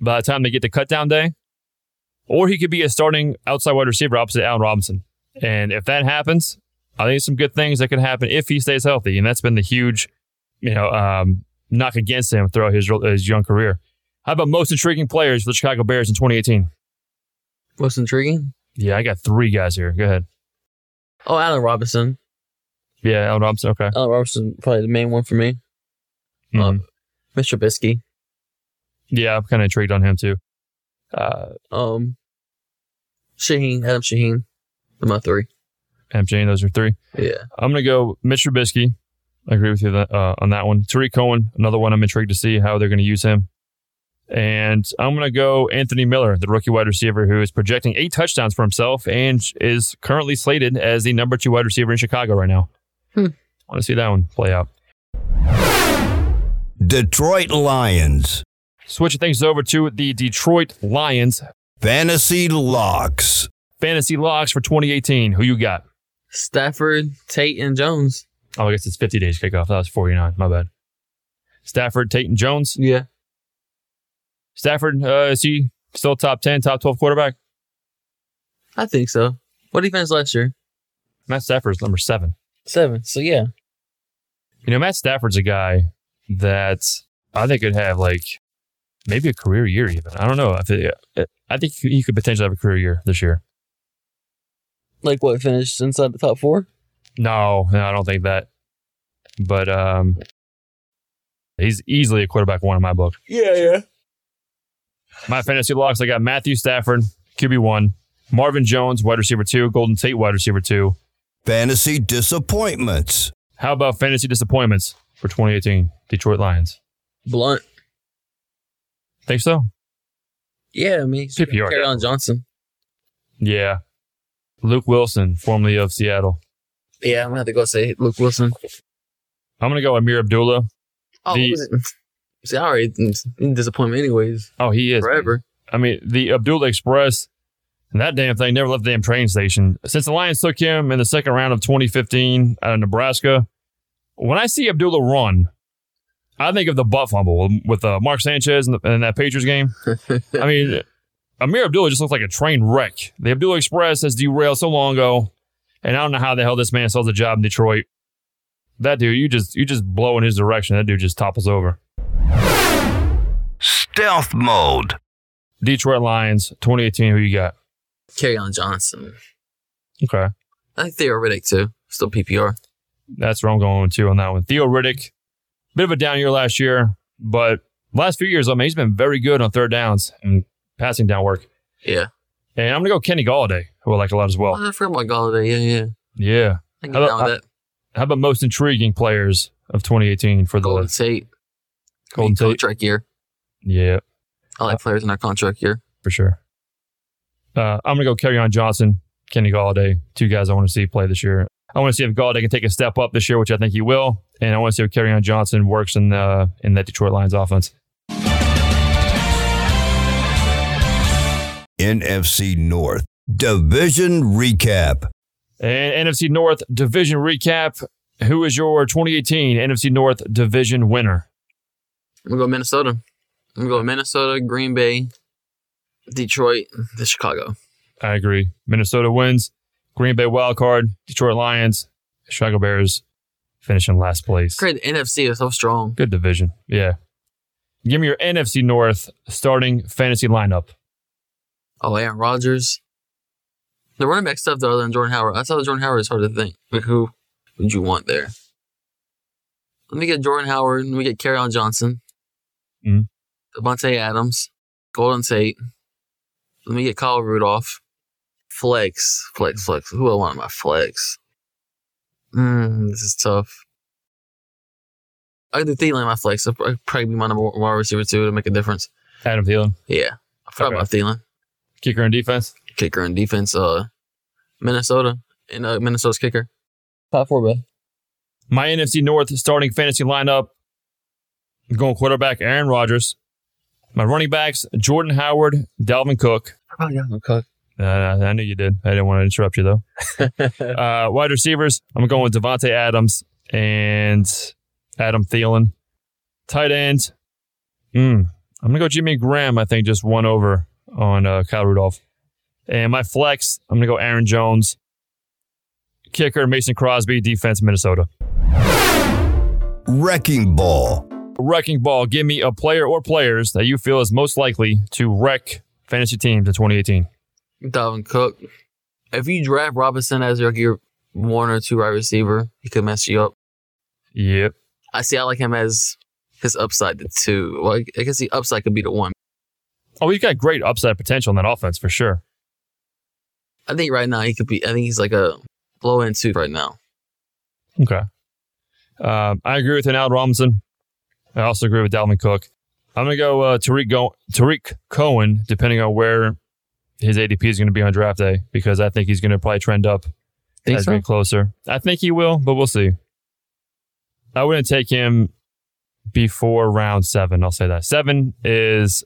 Speaker 1: by the time they get to cut down day, or he could be a starting outside wide receiver opposite Allen Robinson. And if that happens, I think some good things that could happen if he stays healthy, and that's been the huge, you know, um, knock against him throughout his his young career. How about most intriguing players for the Chicago Bears in 2018?
Speaker 2: Most intriguing.
Speaker 1: Yeah, I got three guys here. Go ahead.
Speaker 2: Oh, Allen Robinson.
Speaker 1: Yeah, Allen Robinson. Okay.
Speaker 2: Allen Robinson probably the main one for me.
Speaker 1: Mhm.
Speaker 2: Mr. Trubisky.
Speaker 1: yeah, I'm kind of intrigued on him too. Uh,
Speaker 2: Um. Shaheen. Adam Shaheen. They're My three.
Speaker 1: MJ, those are three.
Speaker 2: Yeah.
Speaker 1: I'm gonna go Mitch Trubisky. I agree with you that, uh, on that one. Tariq Cohen, another one I'm intrigued to see how they're gonna use him. And I'm going to go Anthony Miller, the rookie wide receiver who is projecting eight touchdowns for himself and is currently slated as the number two wide receiver in Chicago right now. Want to see that one play out.
Speaker 3: Detroit Lions.
Speaker 1: Switching things over to the Detroit Lions.
Speaker 3: Fantasy Locks.
Speaker 1: Fantasy Locks for 2018. Who you got?
Speaker 2: Stafford, Tate, and Jones.
Speaker 1: Oh, I guess it's 50 days kickoff. That was 49. My bad. Stafford, Tate, and Jones.
Speaker 2: Yeah.
Speaker 1: Stafford, uh, is he still top 10, top 12 quarterback?
Speaker 2: I think so. What did he finish last year?
Speaker 1: Matt Stafford's number seven.
Speaker 2: Seven. So yeah.
Speaker 1: You know, Matt Stafford's a guy that I think could have like maybe a career year, even. I don't know. I think, I think he could potentially have a career year this year.
Speaker 2: Like what finished inside the top four?
Speaker 1: No, no, I don't think that. But um, he's easily a quarterback one in my book.
Speaker 2: Yeah, yeah.
Speaker 1: My fantasy locks I got Matthew Stafford, QB1, Marvin Jones, wide receiver 2, Golden Tate, wide receiver 2.
Speaker 3: Fantasy Disappointments.
Speaker 1: How about fantasy disappointments for 2018? Detroit Lions.
Speaker 2: Blunt.
Speaker 1: Think so?
Speaker 2: Yeah, I mean
Speaker 1: PPR,
Speaker 2: Carry on Johnson.
Speaker 1: Yeah. Luke Wilson, formerly of Seattle.
Speaker 2: Yeah, I'm gonna have to go say Luke Wilson.
Speaker 1: I'm going to go Amir Abdullah.
Speaker 2: Oh,
Speaker 1: The-
Speaker 2: what was it? See, I already in disappointment anyways.
Speaker 1: Oh, he is.
Speaker 2: Forever.
Speaker 1: I mean, the Abdullah Express, and that damn thing never left the damn train station. Since the Lions took him in the second round of 2015 out of Nebraska, when I see Abdullah run, I think of the butt fumble with uh, Mark Sanchez and, the, and that Patriots game. I mean, Amir Abdullah just looks like a train wreck. The Abdullah Express has derailed so long ago, and I don't know how the hell this man sells a job in Detroit. That dude, you just you just blow in his direction. That dude just topples over.
Speaker 5: Stealth mode.
Speaker 1: Detroit Lions, 2018. Who you got?
Speaker 2: Carry on Johnson.
Speaker 1: Okay.
Speaker 2: I think theoretic too. Still PPR.
Speaker 1: That's where I'm going with too on that one. Theo Riddick, bit of a down year last year, but last few years, I mean, he's been very good on third downs and passing down work.
Speaker 2: Yeah.
Speaker 1: And I'm gonna go Kenny Galladay, who I like a lot as well.
Speaker 2: Oh, uh, I forgot about Galladay. Yeah, yeah.
Speaker 1: Yeah.
Speaker 2: I can
Speaker 1: How
Speaker 2: get down
Speaker 1: about-
Speaker 2: with that.
Speaker 1: How about most intriguing players of 2018 for the
Speaker 2: Golden
Speaker 1: list?
Speaker 2: Tate.
Speaker 1: Golden Tate.
Speaker 2: Contract year.
Speaker 1: Yeah,
Speaker 2: I like players in our contract year.
Speaker 1: for sure. Uh, I'm gonna go carry on Johnson, Kenny Galladay, two guys I want to see play this year. I want to see if Galladay can take a step up this year, which I think he will, and I want to see if carry on Johnson works in the in that Detroit Lions offense.
Speaker 3: NFC North. Division Recap.
Speaker 1: And NFC North division recap. Who is your 2018 NFC North division winner?
Speaker 2: I'm gonna go Minnesota. I'm gonna go Minnesota, Green Bay, Detroit, to Chicago.
Speaker 1: I agree. Minnesota wins. Green Bay wild card. Detroit Lions. Chicago Bears finishing last place.
Speaker 2: Great the NFC is so strong.
Speaker 1: Good division. Yeah. Give me your NFC North starting fantasy lineup.
Speaker 2: Oh, Aaron Rodgers. The running back stuff though, other than Jordan Howard, I thought Jordan Howard is hard to think. Like who would you want there? Let me get Jordan Howard. Let me get Carryon Johnson.
Speaker 1: Mhm.
Speaker 2: Devontae Adams. Golden Tate. Let me get Kyle Rudolph. Flex. Flex, flex. Who I want in my flex? Mm, this is tough. I could do Thielen in my flex. That'd prob- probably be my number one wide receiver too to make a difference.
Speaker 1: Adam Thielen,
Speaker 2: Yeah. I forgot
Speaker 1: Okay.
Speaker 2: about Thielen
Speaker 1: kicker and defense.
Speaker 2: kicker and defense. Uh, Minnesota and uh, Minnesota's kicker. Top four, bro.
Speaker 1: My NFC North starting fantasy lineup. I'm going quarterback Aaron Rodgers. My running backs Jordan Howard, Dalvin Cook,
Speaker 2: Oh yeah, okay.
Speaker 1: Uh, I knew you did. I didn't want to interrupt you though. uh, wide receivers, I'm going with Devontae Adams and Adam Thielen. Tight end, mm, I'm gonna go Jimmy Graham. I think just one over on uh, Kyle Rudolph. And my flex, I'm gonna go Aaron Jones. Kicker Mason Crosby, defense Minnesota.
Speaker 3: Wrecking Ball.
Speaker 1: Wrecking ball. Give me a player or players that you feel is most likely to wreck fantasy teams in 2018.
Speaker 2: Dalvin Cook. If you draft Robinson as your your one or two wide receiver, he could mess you up.
Speaker 1: Yep.
Speaker 2: I see. I like him as his upside the two. Well, I guess the upside could be the one.
Speaker 1: Oh, he's got great upside potential in that offense for sure.
Speaker 2: I think right now he could be. I think he's like a low end two right now.
Speaker 1: Uh, Okay. Um, I agree with Al Robinson. I also agree with Dalvin Cook. I'm gonna go uh, Tariq go- Tariq Cohen, depending on where his ADP is gonna be on draft day, because I think he's gonna probably trend up
Speaker 2: Think
Speaker 1: as
Speaker 2: so?
Speaker 1: we get closer. I think he will, but we'll see. I wouldn't take him before round seven. I'll say that seven is.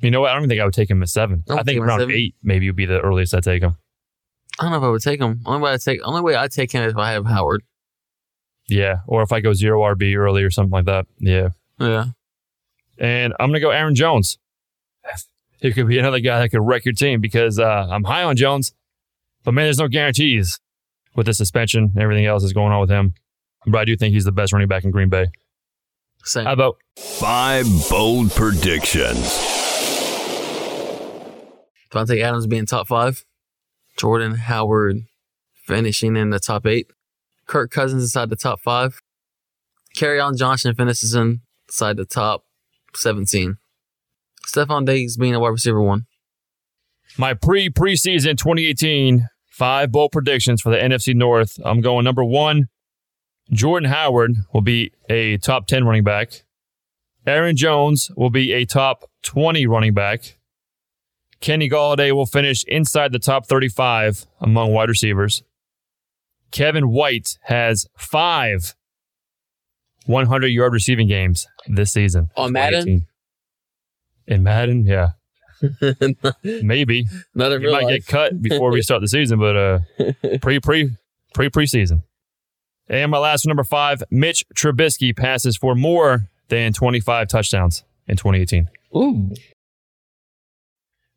Speaker 1: You know what? I don't even think I would take him at seven.
Speaker 2: I don't
Speaker 1: I
Speaker 2: take
Speaker 1: think
Speaker 2: him at
Speaker 1: round
Speaker 2: seven.
Speaker 1: eight maybe would be the earliest I take him.
Speaker 2: I don't know if I would take him. Only way I take only way I take him is if I have Howard.
Speaker 1: Yeah, or if I go zero RB early or something like that. Yeah.
Speaker 2: Yeah.
Speaker 1: and I'm going to go Aaron Jones. He could be another guy that could wreck your team because uh, I'm high on Jones, but man, there's no guarantees with the suspension and everything else that's going on with him. But I do think he's the best running back in Green Bay.
Speaker 2: Same.
Speaker 1: How about
Speaker 3: Five bold predictions.
Speaker 2: Devontae Adams being top five. Jordan Howard finishing in the top eight. Kirk Cousins inside the top five. Carry on Johnson finishes in- inside the top 17. Stephon Diggs being a wide receiver one.
Speaker 1: my pre preseason 2018 five bowl predictions for the NFC North? I'm going number one. Jordan Howard will be a top 10 running back. Aaron Jones will be a top 20 running back. Kenny Galladay will finish inside the top 35 among wide receivers. Kevin White has five 100 yard receiving games this season.
Speaker 2: On Madden?
Speaker 1: 2018. In Madden, yeah. Maybe.
Speaker 2: Not in
Speaker 1: You
Speaker 2: real
Speaker 1: might get
Speaker 2: life.
Speaker 1: cut before we start the season, but uh, pre pre pre preseason. And my last one, number five, Mitch Trubisky passes for more than 25 touchdowns in 2018.
Speaker 2: Ooh,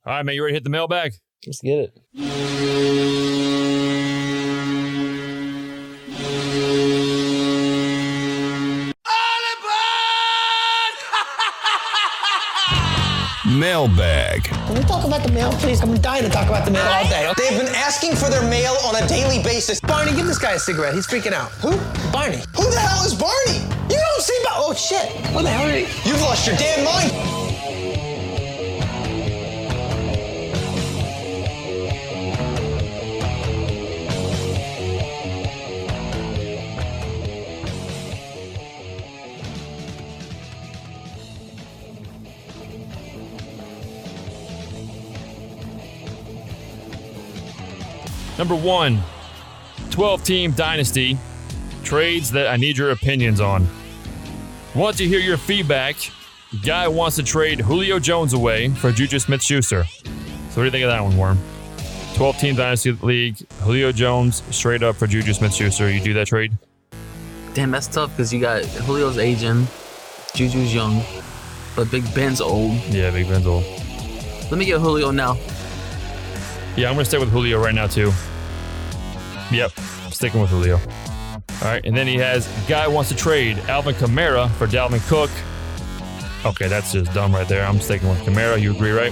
Speaker 1: All right, man, you ready to hit the mailbag?
Speaker 2: let's get it.
Speaker 3: Mailbag.
Speaker 9: Can we talk about the mail, please? I'm dying to talk about the mail all day.
Speaker 8: They've been asking for their mail on a daily basis.
Speaker 9: Barney, give this guy a cigarette. He's freaking out. Who? Barney.
Speaker 8: Who the hell is Barney? You don't see Barney. Oh shit!
Speaker 9: What the hell are you?
Speaker 8: You've lost your damn mind.
Speaker 1: Number one, 12 team dynasty trades that I need your opinions on. Want to hear your feedback? Guy wants to trade Julio Jones away for Juju Smith Schuster. So, what do you think of that one, Worm? 12 team dynasty league, Julio Jones straight up for Juju Smith Schuster. You do that trade?
Speaker 2: Damn, that's tough because you got Julio's aging, Juju's young, but Big Ben's old.
Speaker 1: Yeah, Big Ben's old.
Speaker 2: Let me get Julio now.
Speaker 1: Yeah, I'm gonna stay with Julio right now too. Yep, I'm sticking with Julio. All right, and then he has guy wants to trade Alvin Kamara for Dalvin Cook. Okay, that's just dumb right there. I'm sticking with Kamara. You agree, right?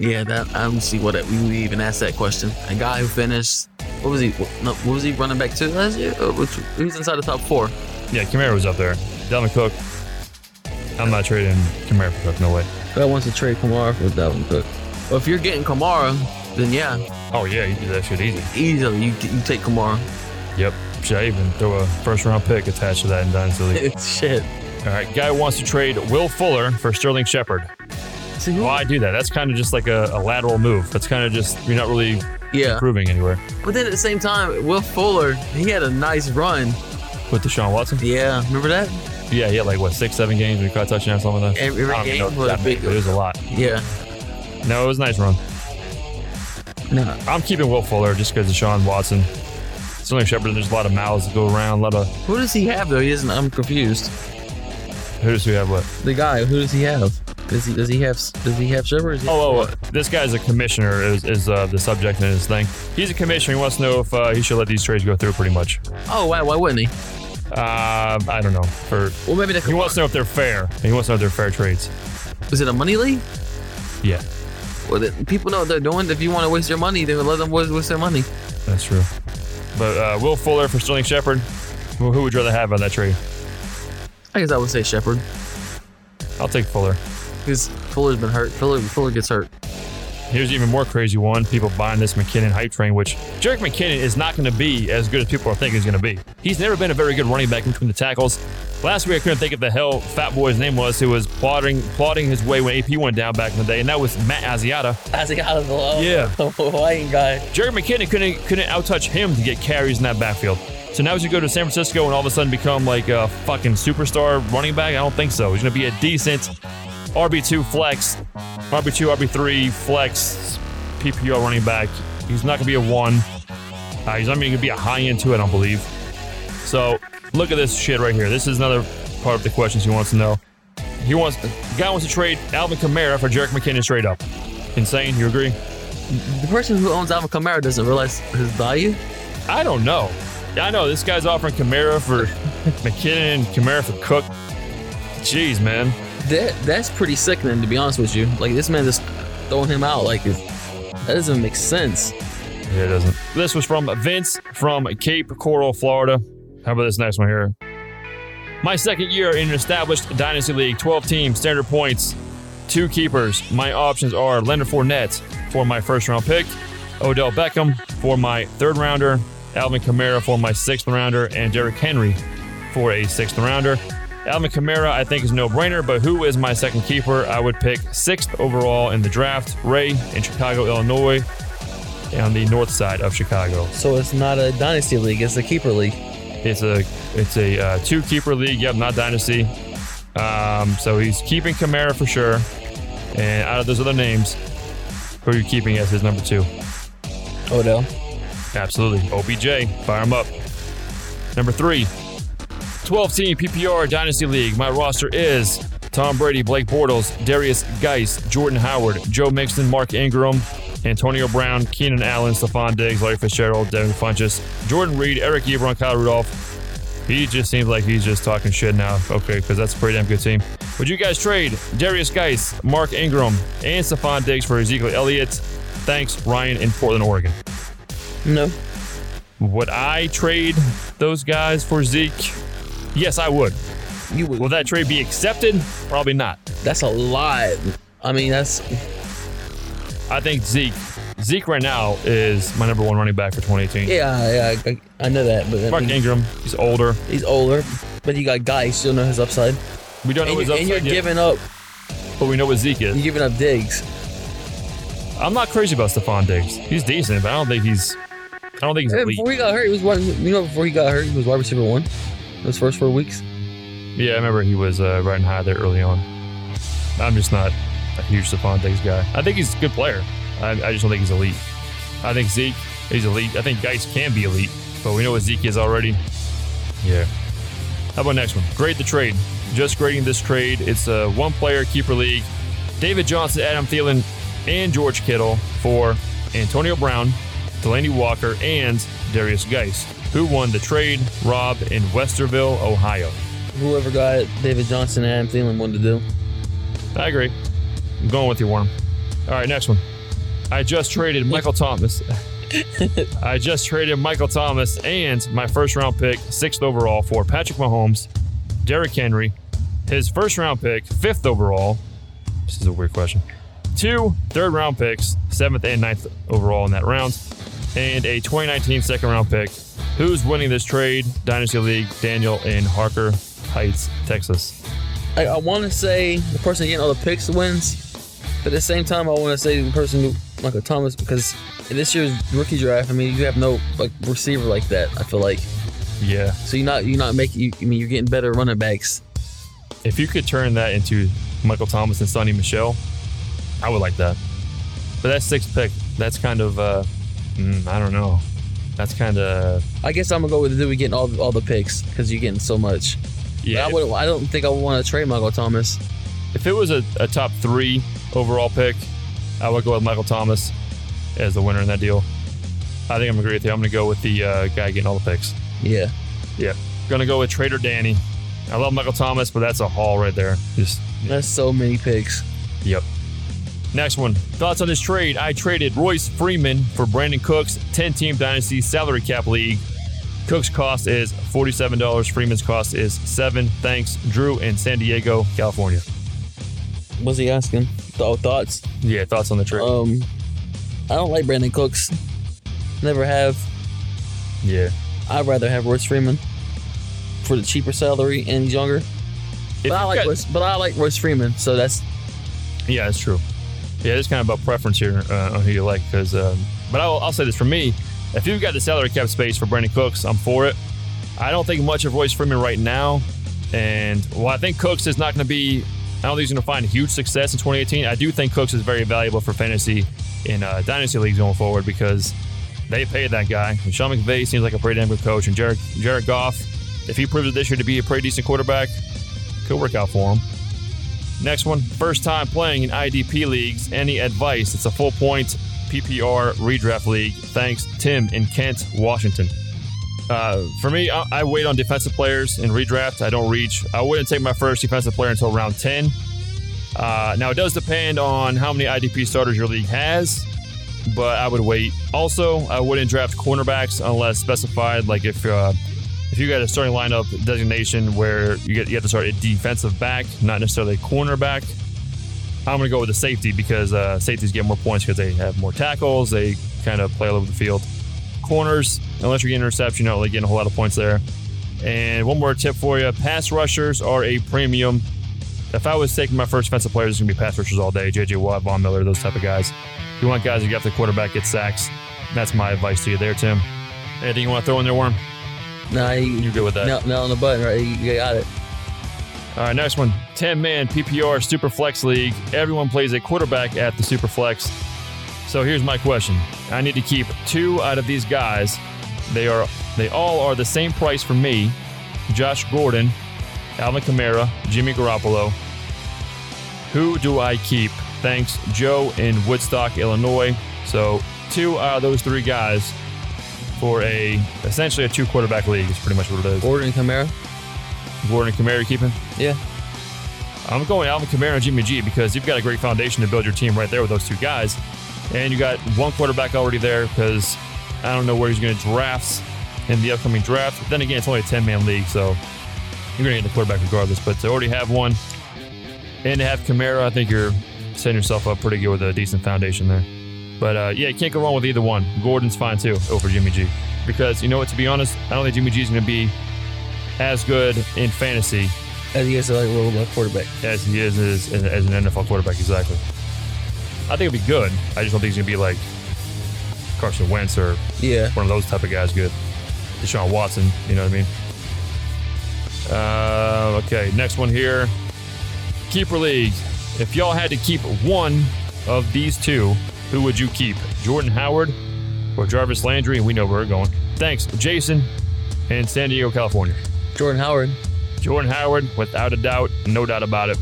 Speaker 2: Yeah, that I don't see what it, we even asked that question. A guy who finished, what was he? No, what was he running back to last year? Uh, which, he was inside the top four.
Speaker 1: Yeah, Kamara was up there. Dalvin Cook. I'm not trading Kamara for Cook. No way.
Speaker 2: Guy wants to trade Kamara for Dalvin Cook. Well, if you're getting Kamara, then yeah,
Speaker 1: Oh yeah, you do that shit easy.
Speaker 2: easily you you take Kamara.
Speaker 1: Yep. Should I even throw a first round pick attached to that in Dynasty League?
Speaker 2: Shit.
Speaker 1: All right, guy wants to trade Will Fuller for Sterling Shepard.
Speaker 2: See, who-
Speaker 1: Why do that? That's kind of just like a, a lateral move. That's kind of just you're not really
Speaker 2: Yeah,
Speaker 1: improving anywhere
Speaker 2: but then at the same time, Will Fuller, he had a nice run.
Speaker 1: with Deshaun Watson.
Speaker 2: Yeah, remember that?
Speaker 1: Yeah, he had like what six, seven games when he caught a touchdown, something like that.
Speaker 2: Every- every
Speaker 1: I don't even
Speaker 2: game
Speaker 1: know
Speaker 2: was
Speaker 1: that
Speaker 2: a
Speaker 1: many,
Speaker 2: big-
Speaker 1: but It was a lot.
Speaker 2: Yeah.
Speaker 1: No, it was a nice run.
Speaker 2: Nah.
Speaker 1: I'm keeping Will Fuller just because of Sean Watson. Sterling Shepard, there's a lot of mouths that go around. A lot of
Speaker 2: Who does he have though? He isn't. I'm confused.
Speaker 1: who does we have what?
Speaker 2: The guy. Who does he have? Does he does he have does he have Shepard?
Speaker 1: Oh, oh, uh, this guy's a commissioner. Is, is uh, the subject in his thing? He's a commissioner. He wants to know if uh, he should let these trades go through. Pretty much.
Speaker 2: oh, why why wouldn't he?
Speaker 1: Uh, I don't know. For
Speaker 2: Well, maybe the
Speaker 1: he wants to know if they're fair. He wants to know if they're fair trades.
Speaker 2: was it a money league?
Speaker 1: Yeah,
Speaker 2: Well, the, people know what they're doing. If you want to waste your money, then let them waste, waste their money.
Speaker 1: that's true. But uh, Will Fuller for Sterling Shepard. Who who would you rather have on that trade?
Speaker 2: I guess I would say Shepard
Speaker 1: I'll take Fuller.
Speaker 2: because Fuller's been hurt. Fuller Fuller gets hurt.
Speaker 1: Here's even more crazy one. People buying this McKinnon hype train, which Jarek McKinnon is not going to be as good as people are thinking he's going to be. He's never been a very good running back in between the tackles. Last week, I couldn't think of the hell Fat Boy's name was, who was plotting plotting his way when AP went down back in the day, and that was Matt Asiata.
Speaker 2: As he got love.
Speaker 1: Yeah.
Speaker 2: Hawaiian guy.
Speaker 1: Jerry McKinnon couldn't couldn't outtouch him to get carries in that backfield. So now he's gonna go to San Francisco and all of a sudden become like a fucking superstar running back? I don't think so. He's gonna be a decent RB2 flex, RB2, RB3 flex PPR running back. He's not gonna be a one. Uh, he's not even gonna be a high end two, I don't believe. So look at this shit right here. This is another part of the questions he wants to know. He wants the guy wants to trade Alvin Kamara for Jarek McKinnon straight up. Insane, you agree?
Speaker 2: The person who owns Alvin Kamara doesn't realize his value.
Speaker 1: I don't know. I know this guy's offering Kamara for McKinnon, Kamara for Cook. Jeez, man.
Speaker 2: That that's pretty sickening to be honest with you. Like this man just throwing him out like it, that doesn't make sense.
Speaker 1: Yeah, it doesn't. This was from Vince from Cape Coral, Florida. How about this next one here? My second year in an established dynasty league, 12 teams, standard points, two keepers. My options are Leonard Fournette for my first round pick, Odell Beckham for my third rounder, Alvin Kamara for my sixth rounder, and Derrick Henry for a sixth rounder. Alvin Kamara, I think, is no brainer, but who is my second keeper? I would pick sixth overall in the draft, Ray in Chicago, Illinois, on the north side of Chicago.
Speaker 2: So it's not a dynasty league; it's a keeper league.
Speaker 1: It's a it's a uh, two keeper league. Yep, not dynasty. Um, so he's keeping Kamara for sure. And out of those other names, who are you keeping as his number two?
Speaker 2: Odell.
Speaker 1: Absolutely. OBJ, fire him up. Number three, 12 team PPR Dynasty League. My roster is Tom Brady, Blake Bortles, Darius Geis, Jordan Howard, Joe Mixon, Mark Ingram, Antonio Brown, Keenan Allen, Stephon Diggs, Larry Fitzgerald, Devin Funches, Jordan Reed, Eric Ebron, Kyle Rudolph. He just seems like he's just talking shit now. Okay, because that's a pretty damn good team. Would you guys trade Darius Geis, Mark Ingram, and Stephon Diggs for Ezekiel Elliott? Thanks, Ryan in Portland, Oregon.
Speaker 2: No.
Speaker 1: Would I trade those guys for Zeke? Yes, I would.
Speaker 2: You would.
Speaker 1: Will that trade be accepted? Probably not.
Speaker 2: That's a lot. I mean, that's
Speaker 1: I think Zeke, Zeke right now is my number one running back for 2018.
Speaker 2: yeah, yeah. I, I know that, but I
Speaker 1: Mark
Speaker 2: mean,
Speaker 1: Ingram, he's older.
Speaker 2: he's older. But you got guys still know his upside.
Speaker 1: We don't know
Speaker 2: and,
Speaker 1: his
Speaker 2: you,
Speaker 1: upside
Speaker 2: and you're
Speaker 1: yet,
Speaker 2: giving up.
Speaker 1: but we know what Zeke
Speaker 2: You're
Speaker 1: is.
Speaker 2: giving up digs.
Speaker 1: I'm not crazy about Stephon Diggs. He's decent, but I don't think he's. I don't think he's
Speaker 2: Hey,
Speaker 1: elite.
Speaker 2: before he got hurt, he was wide, you know before he got hurt, he was wide receiver one. Those first four weeks.
Speaker 1: Yeah, I remember he was uh, riding high there early on. I'm just not a huge Stephon Diggs guy. I think he's a good player. I, I just don't think he's elite. I think Zeke is elite. I think Geis can be elite, but we know what Zeke is already. Yeah. How about next one? Grade the trade. Just grading this trade. It's a one player keeper league. David Johnson, Adam Thielen, and George Kittle for Antonio Brown, Delaney Walker, and Darius Geis. Who won the trade? Rob in Westerville, Ohio.
Speaker 2: Whoever got David Johnson and Adam Thielen wanted to do.
Speaker 1: I agree. I'm going with you, Warren. All right, next one. I just traded Michael Thomas. I just traded Michael Thomas and my first round pick, sixth overall, for Patrick Mahomes, Derrick Henry, his first round pick, fifth overall. This is a weird question. Two third round picks, seventh and ninth overall in that round, and a 2019 second round pick. Who's winning this trade? Dynasty League, Daniel in Harker Heights, Texas.
Speaker 2: I, I want to say the person getting all the picks wins, but at the same time, I want to say the person who, Michael Thomas, because in this year's rookie draft, I mean, you have no like receiver like that. I feel like
Speaker 1: Yeah.
Speaker 2: so you're not you're not making. You, I mean, you're getting better running backs.
Speaker 1: If you could turn that into Michael Thomas and Sonny Michelle, I would like that. But that sixth pick, that's kind of, uh, mm, I don't know. That's kind of,
Speaker 2: I guess I'm gonna go with the dude who getting all all the picks because you're getting so much. But
Speaker 1: yeah.
Speaker 2: I would. I don't think I would want to trade Michael Thomas.
Speaker 1: if it was a, a top three overall pick, I would go with Michael Thomas as the winner in that deal. I think I'm gonna agree with you. I'm going to go with the uh, guy getting all the picks.
Speaker 2: Yeah.
Speaker 1: Yeah. Going to go with Trader Danny. I love Michael Thomas, but that's a haul right there. Just
Speaker 2: That's so many picks.
Speaker 1: Yep. Next one. Thoughts on this trade? I traded Royce Freeman for Brandon Cooks, 10 team dynasty salary cap league. Cook's cost is $47. Freeman's cost is 7 Thanks, Drew in San Diego, California.
Speaker 2: What's he asking? Th- oh, thoughts?
Speaker 1: Yeah, thoughts on the trade?
Speaker 2: Um, I don't like Brandon Cooks. Never have.
Speaker 1: Yeah.
Speaker 2: I'd rather have Royce Freeman for the cheaper salary and he's younger. But I like Royce, but I like Royce Freeman, so that's
Speaker 1: Yeah, that's true. Yeah, it's kind of about preference here uh, on who you like. Because, um, but I'll, I'll say this for me: if you've got the salary cap space for Brandon Cooks, I'm for it. I don't think much of Royce Freeman right now, and while I think Cooks is not going to be, I don't think he's going to find huge success in 2018. I do think Cooks is very valuable for fantasy in uh, dynasty leagues going forward because they paid that guy. And Sean McVay seems like a pretty damn good coach, and Jared Jared Goff, if he proves it this year to be a pretty decent quarterback, could work out for him. Next one, first time playing in IDP leagues. Any advice? It's a full point PPR redraft league. Thanks, Tim in Kent, Washington. Uh, for me, I, I wait on defensive players in redraft. I don't reach. I wouldn't take my first defensive player until round 10. Uh, now, it does depend on how many IDP starters your league has, but I would wait. Also, I wouldn't draft cornerbacks unless specified, like if uh, if you got a starting lineup designation where you get you have to start a defensive back, not necessarily a cornerback. I'm going to go with the safety because uh, safeties get more points because they have more tackles. They kind of play all over the field. Corners, unless you're getting interception, you're not really getting a whole lot of points there. And one more tip for you: pass rushers are a premium. If I was taking my first defensive players, it's going to be pass rushers all day. J.J. Watt, Von Miller, those type of guys. You want guys who got the quarterback get sacks. That's my advice to you there, Tim. Anything you want to throw in there, Worm?
Speaker 2: nah you,
Speaker 1: You're good with that.
Speaker 2: nail, nail on the button, right? You, you got it.
Speaker 1: All right, next one. 10 man PPR Super Flex League. Everyone plays a quarterback at the Super Flex. So here's my question. I need to keep two out of these guys. They are they all are the same price for me. Josh Gordon, Alvin Kamara, Jimmy Garoppolo. Who do I keep? Thanks, Joe in Woodstock, Illinois. So two out of those three guys for a essentially a two quarterback league is pretty much what it is.
Speaker 2: Gordon Camara.
Speaker 1: Gordon and Kamara keeping.
Speaker 2: Yeah.
Speaker 1: I'm going Alvin Kamara and Jimmy G because you've got a great foundation to build your team right there with those two guys. And you got one quarterback already there because I don't know where he's going to draft in the upcoming draft. But then again, it's only a 10 man league, so you're going to get the quarterback regardless. But to already have one and to have Kamara, I think you're setting yourself up pretty good with a decent foundation there. But uh, yeah, you can't go wrong with either one. Gordon's fine too over Jimmy G because, you know what, to be honest, I don't think Jimmy G is going to be as good in fantasy
Speaker 2: As you guys are like a little quarterback.
Speaker 1: as he is as, as an NFL quarterback. Exactly. I think it'll be good. I just don't think he's gonna be like Carson Wentz or
Speaker 2: Yeah.
Speaker 1: one of those type of guys. Good, Deshaun Watson. You know what I mean? Uh, okay, next one here. Keeper league. If y'all had to keep one of these two, who would you keep? Jordan Howard or Jarvis Landry? And we know where we're going. Thanks, Jason, in San Diego, California.
Speaker 2: Jordan Howard.
Speaker 1: Jordan Howard, without a doubt, no doubt about it.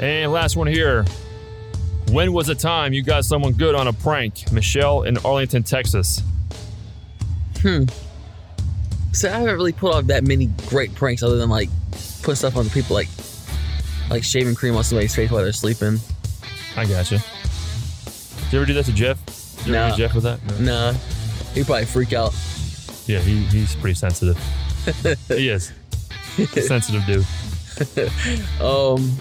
Speaker 1: And last one here. When was the time you got someone good on a prank? Michelle in Arlington, Texas.
Speaker 2: So I haven't really pulled off that many great pranks other than like putting stuff on the people like like shaving cream on somebody's face while they're sleeping.
Speaker 1: I gotcha. Did you ever do that to Jeff? Did you ever
Speaker 2: No.
Speaker 1: do Jeff with that? No.
Speaker 2: Nah. He'd probably freak out.
Speaker 1: Yeah, he, he's pretty sensitive. he is. He's a sensitive dude.
Speaker 2: Um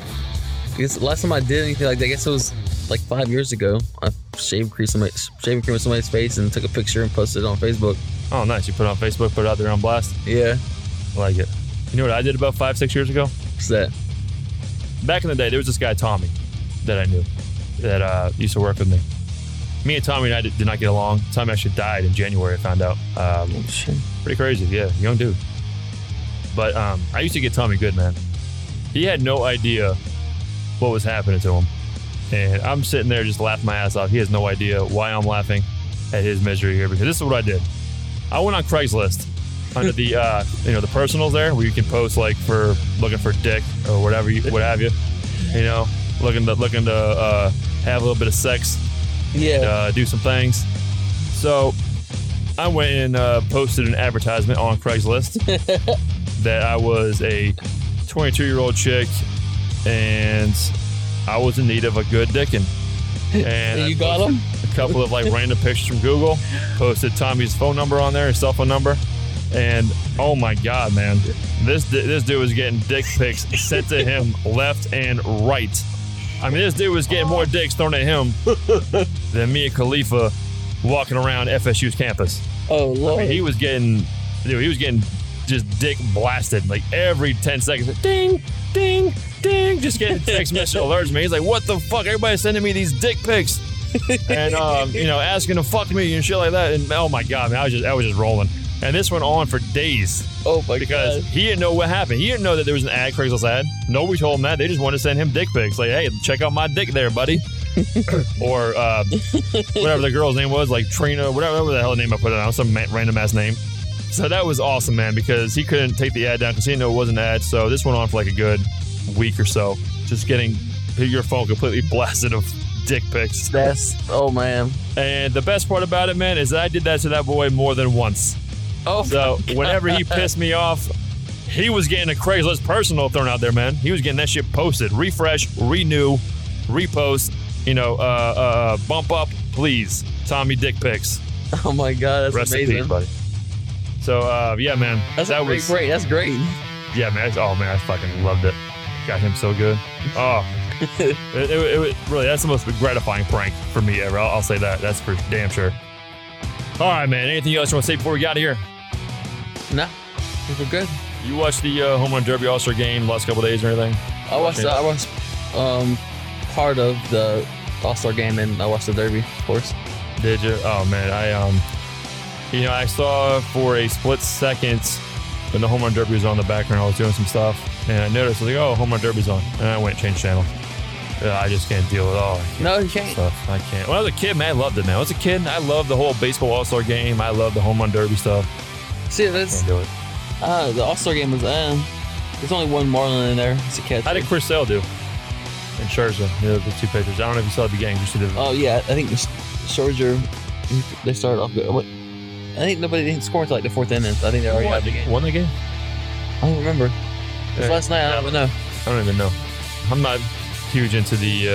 Speaker 2: I guess the last time I did anything like that, I guess it was like five years ago. I shaved cream somebody shaving cream on somebody's face and took a picture and posted it on Facebook.
Speaker 1: Oh, nice. You put it on Facebook, put it out there on blast.
Speaker 2: Yeah.
Speaker 1: I like it. You know what I did about five, six years ago?
Speaker 2: What's that?
Speaker 1: back in the day, there was this guy Tommy that I knew that uh, used to work with me. Me and Tommy and I did, did not get along. Tommy actually died in January. I found out. Um,
Speaker 2: Shit.
Speaker 1: pretty crazy, yeah, young dude. But um, I used to get Tommy good, man. He had no idea what was happening to him, and I'm sitting there just laughing my ass off. He has no idea why I'm laughing at his misery here because this is what I did. I went on Craigslist under the uh, you know the personals there where you can post like for looking for dick or whatever you what have you, you know, looking to looking to uh, have a little bit of sex,
Speaker 2: Yeah.
Speaker 1: uh, do some things. So I went and uh, posted an advertisement on Craigslist that I was a 22 year old chick and I was in need of a good dickin. And I
Speaker 2: you got
Speaker 1: posted
Speaker 2: him?
Speaker 1: A couple of like random pictures from Google. Posted Tommy's phone number on there, his cell phone number, and oh my god, man, this di- this dude was getting dick pics sent to him left and right. I mean, this dude was getting more dicks thrown at him than me and Khalifa walking around FSU's campus.
Speaker 2: Oh
Speaker 1: I
Speaker 2: lord,
Speaker 1: mean, he was getting, dude, he was getting just dick blasted like every 10 seconds. Ding, ding, ding. Just getting text message alerts, man. He's like, what the fuck? Everybody's sending me these dick pics. and um, you know, asking to fuck me and shit like that. And oh my god, man, I was just I was just rolling. And this went on for days.
Speaker 2: Oh my
Speaker 1: because
Speaker 2: god.
Speaker 1: he didn't know what happened. He didn't know that there was an ad Craigslist ad. Nobody told him that. They just wanted to send him dick pics. Like, hey, check out my dick there, buddy. or uh, whatever the girl's name was, like Trina, whatever, whatever the hell name I put it on, some ma- random ass name. So that was awesome, man, because he couldn't take the ad down because he didn't know it was an ad. So this went on for like a good week or so, just getting your phone completely blasted of dick pics.
Speaker 2: That's oh man.
Speaker 1: And the best part about it, man, is I did that to that boy more than once.
Speaker 2: Oh
Speaker 1: So whenever he pissed me off, he was getting a Craigslist personal thrown out there, man. He was getting that shit posted. Refresh, renew, repost, you know, uh, uh, bump up, please. Tommy dick pics.
Speaker 2: oh my god, that's
Speaker 1: Rest
Speaker 2: amazing.
Speaker 1: in peace, buddy. So, uh, yeah, man.
Speaker 2: That's
Speaker 1: that
Speaker 2: a great
Speaker 1: was,
Speaker 2: break. That's great.
Speaker 1: yeah, man. Oh, man, I fucking loved it. Got him so good. Oh, it, it, it, was- really, that's the most gratifying prank for me ever. I'll, I'll say that. That's for damn sure. All right, man. Anything else you want to say before we get out of here?
Speaker 2: Nah, we're good.
Speaker 1: You watched the uh, home run derby All Star game last couple days or anything?
Speaker 2: I watched. I watched um part of the All Star game and I watched the Derby, of course.
Speaker 1: Did you? Oh man, I um, you know, I saw for a split second when the home run derby was on in the background. I was doing some stuff, and I noticed I was like, "Oh, home run derby's on," and I went and changed channel. Uh, I just can't deal with all that
Speaker 2: No, you can't.
Speaker 1: stuff. I can't. When I was a kid, man, I loved it. Man, I was a kid. I loved the whole baseball All Star game. I loved the home run derby stuff.
Speaker 2: See, that's
Speaker 1: Can't do it.
Speaker 2: uh, the All Star game is. Uh, there's only one Marlin in there. It's a catch.
Speaker 1: How did Chris Sale do? And Scherzer, you know, the two pitchers. I don't know if you saw the game. You should have.
Speaker 2: Oh yeah, I think Sch- Scherzer. They started off good. What- I think nobody didn't score until like the fourth inning. I think they already had the game.
Speaker 1: Won the game?
Speaker 2: I don't remember. It was
Speaker 1: Yeah.
Speaker 2: last night. I don't know.
Speaker 1: I don't even know. I'm not huge into the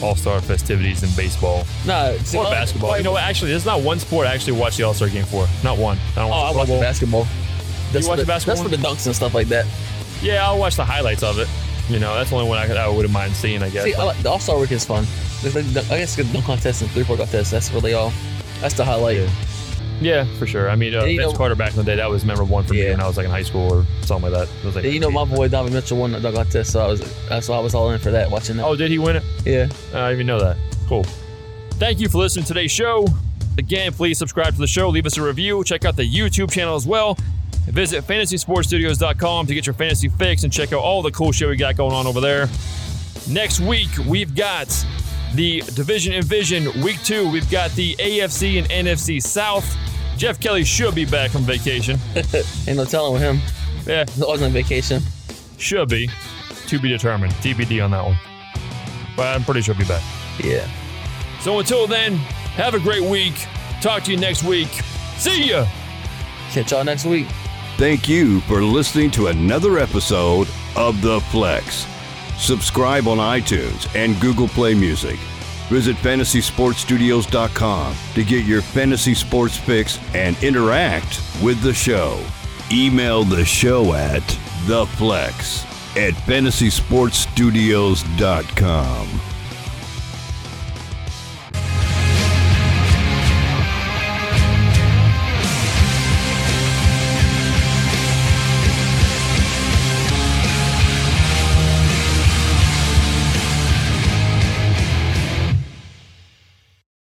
Speaker 1: uh, All Star festivities in baseball
Speaker 2: No, see,
Speaker 1: or
Speaker 2: my-
Speaker 1: basketball. You know what? Actually, there's not one sport I actually watch the All Star game for. Not one. I don't
Speaker 2: Oh,
Speaker 1: watch the
Speaker 2: I
Speaker 1: Pro
Speaker 2: watch
Speaker 1: Bowl.
Speaker 2: basketball. That's
Speaker 1: watch
Speaker 2: for the,
Speaker 1: basketball?
Speaker 2: That's for the dunks and stuff like that.
Speaker 1: Yeah, I'll watch the highlights of it. You know, that's the only one I, could- I wouldn't mind seeing. I guess.
Speaker 2: See, I like, the All Star Week is fun. There's like dunk- I guess good dunk contest and three point contest. That's really all. That's the highlight.
Speaker 1: Yeah. yeah, for sure. I mean, uh,
Speaker 2: And you
Speaker 1: Vince
Speaker 2: know-
Speaker 1: Carter back in the day, that was memorable one for me
Speaker 2: Yeah.
Speaker 1: when I was like in high school or something like that. It was like,
Speaker 2: And you know, my boy Donovan Mitchell won the dunk contest, so I was uh, so I was all in for that watching that.
Speaker 1: Oh, did he win it? Uh,
Speaker 2: yeah.
Speaker 1: I didn't even know that. Cool. Thank you for listening to today's show. Again, please subscribe to the show, leave us a review, check out the YouTube channel as well. Visit fantasysportstudios.com to get your fantasy fix and check out all the cool shit we got going on over there. Next week, we've got the Division and Vision. Week two, we've got the AFC and NFC South. Jeff Kelly should be back from vacation.
Speaker 2: Ain't no telling with him.
Speaker 1: Yeah,
Speaker 2: He's always on vacation.
Speaker 1: should be. To be determined. TBD on that one. But I'm pretty sure he'll be back.
Speaker 2: Yeah.
Speaker 1: So until then, have a great week. Talk to you next week. See ya.
Speaker 2: Catch y'all next week.
Speaker 3: Thank you for listening to another episode of The Flex. Subscribe on iTunes and Google Play Music. Visit fantasysportstudios.com to get your fantasy sports fix and interact with the show. Email the show at theflex at fantasysportstudios.com.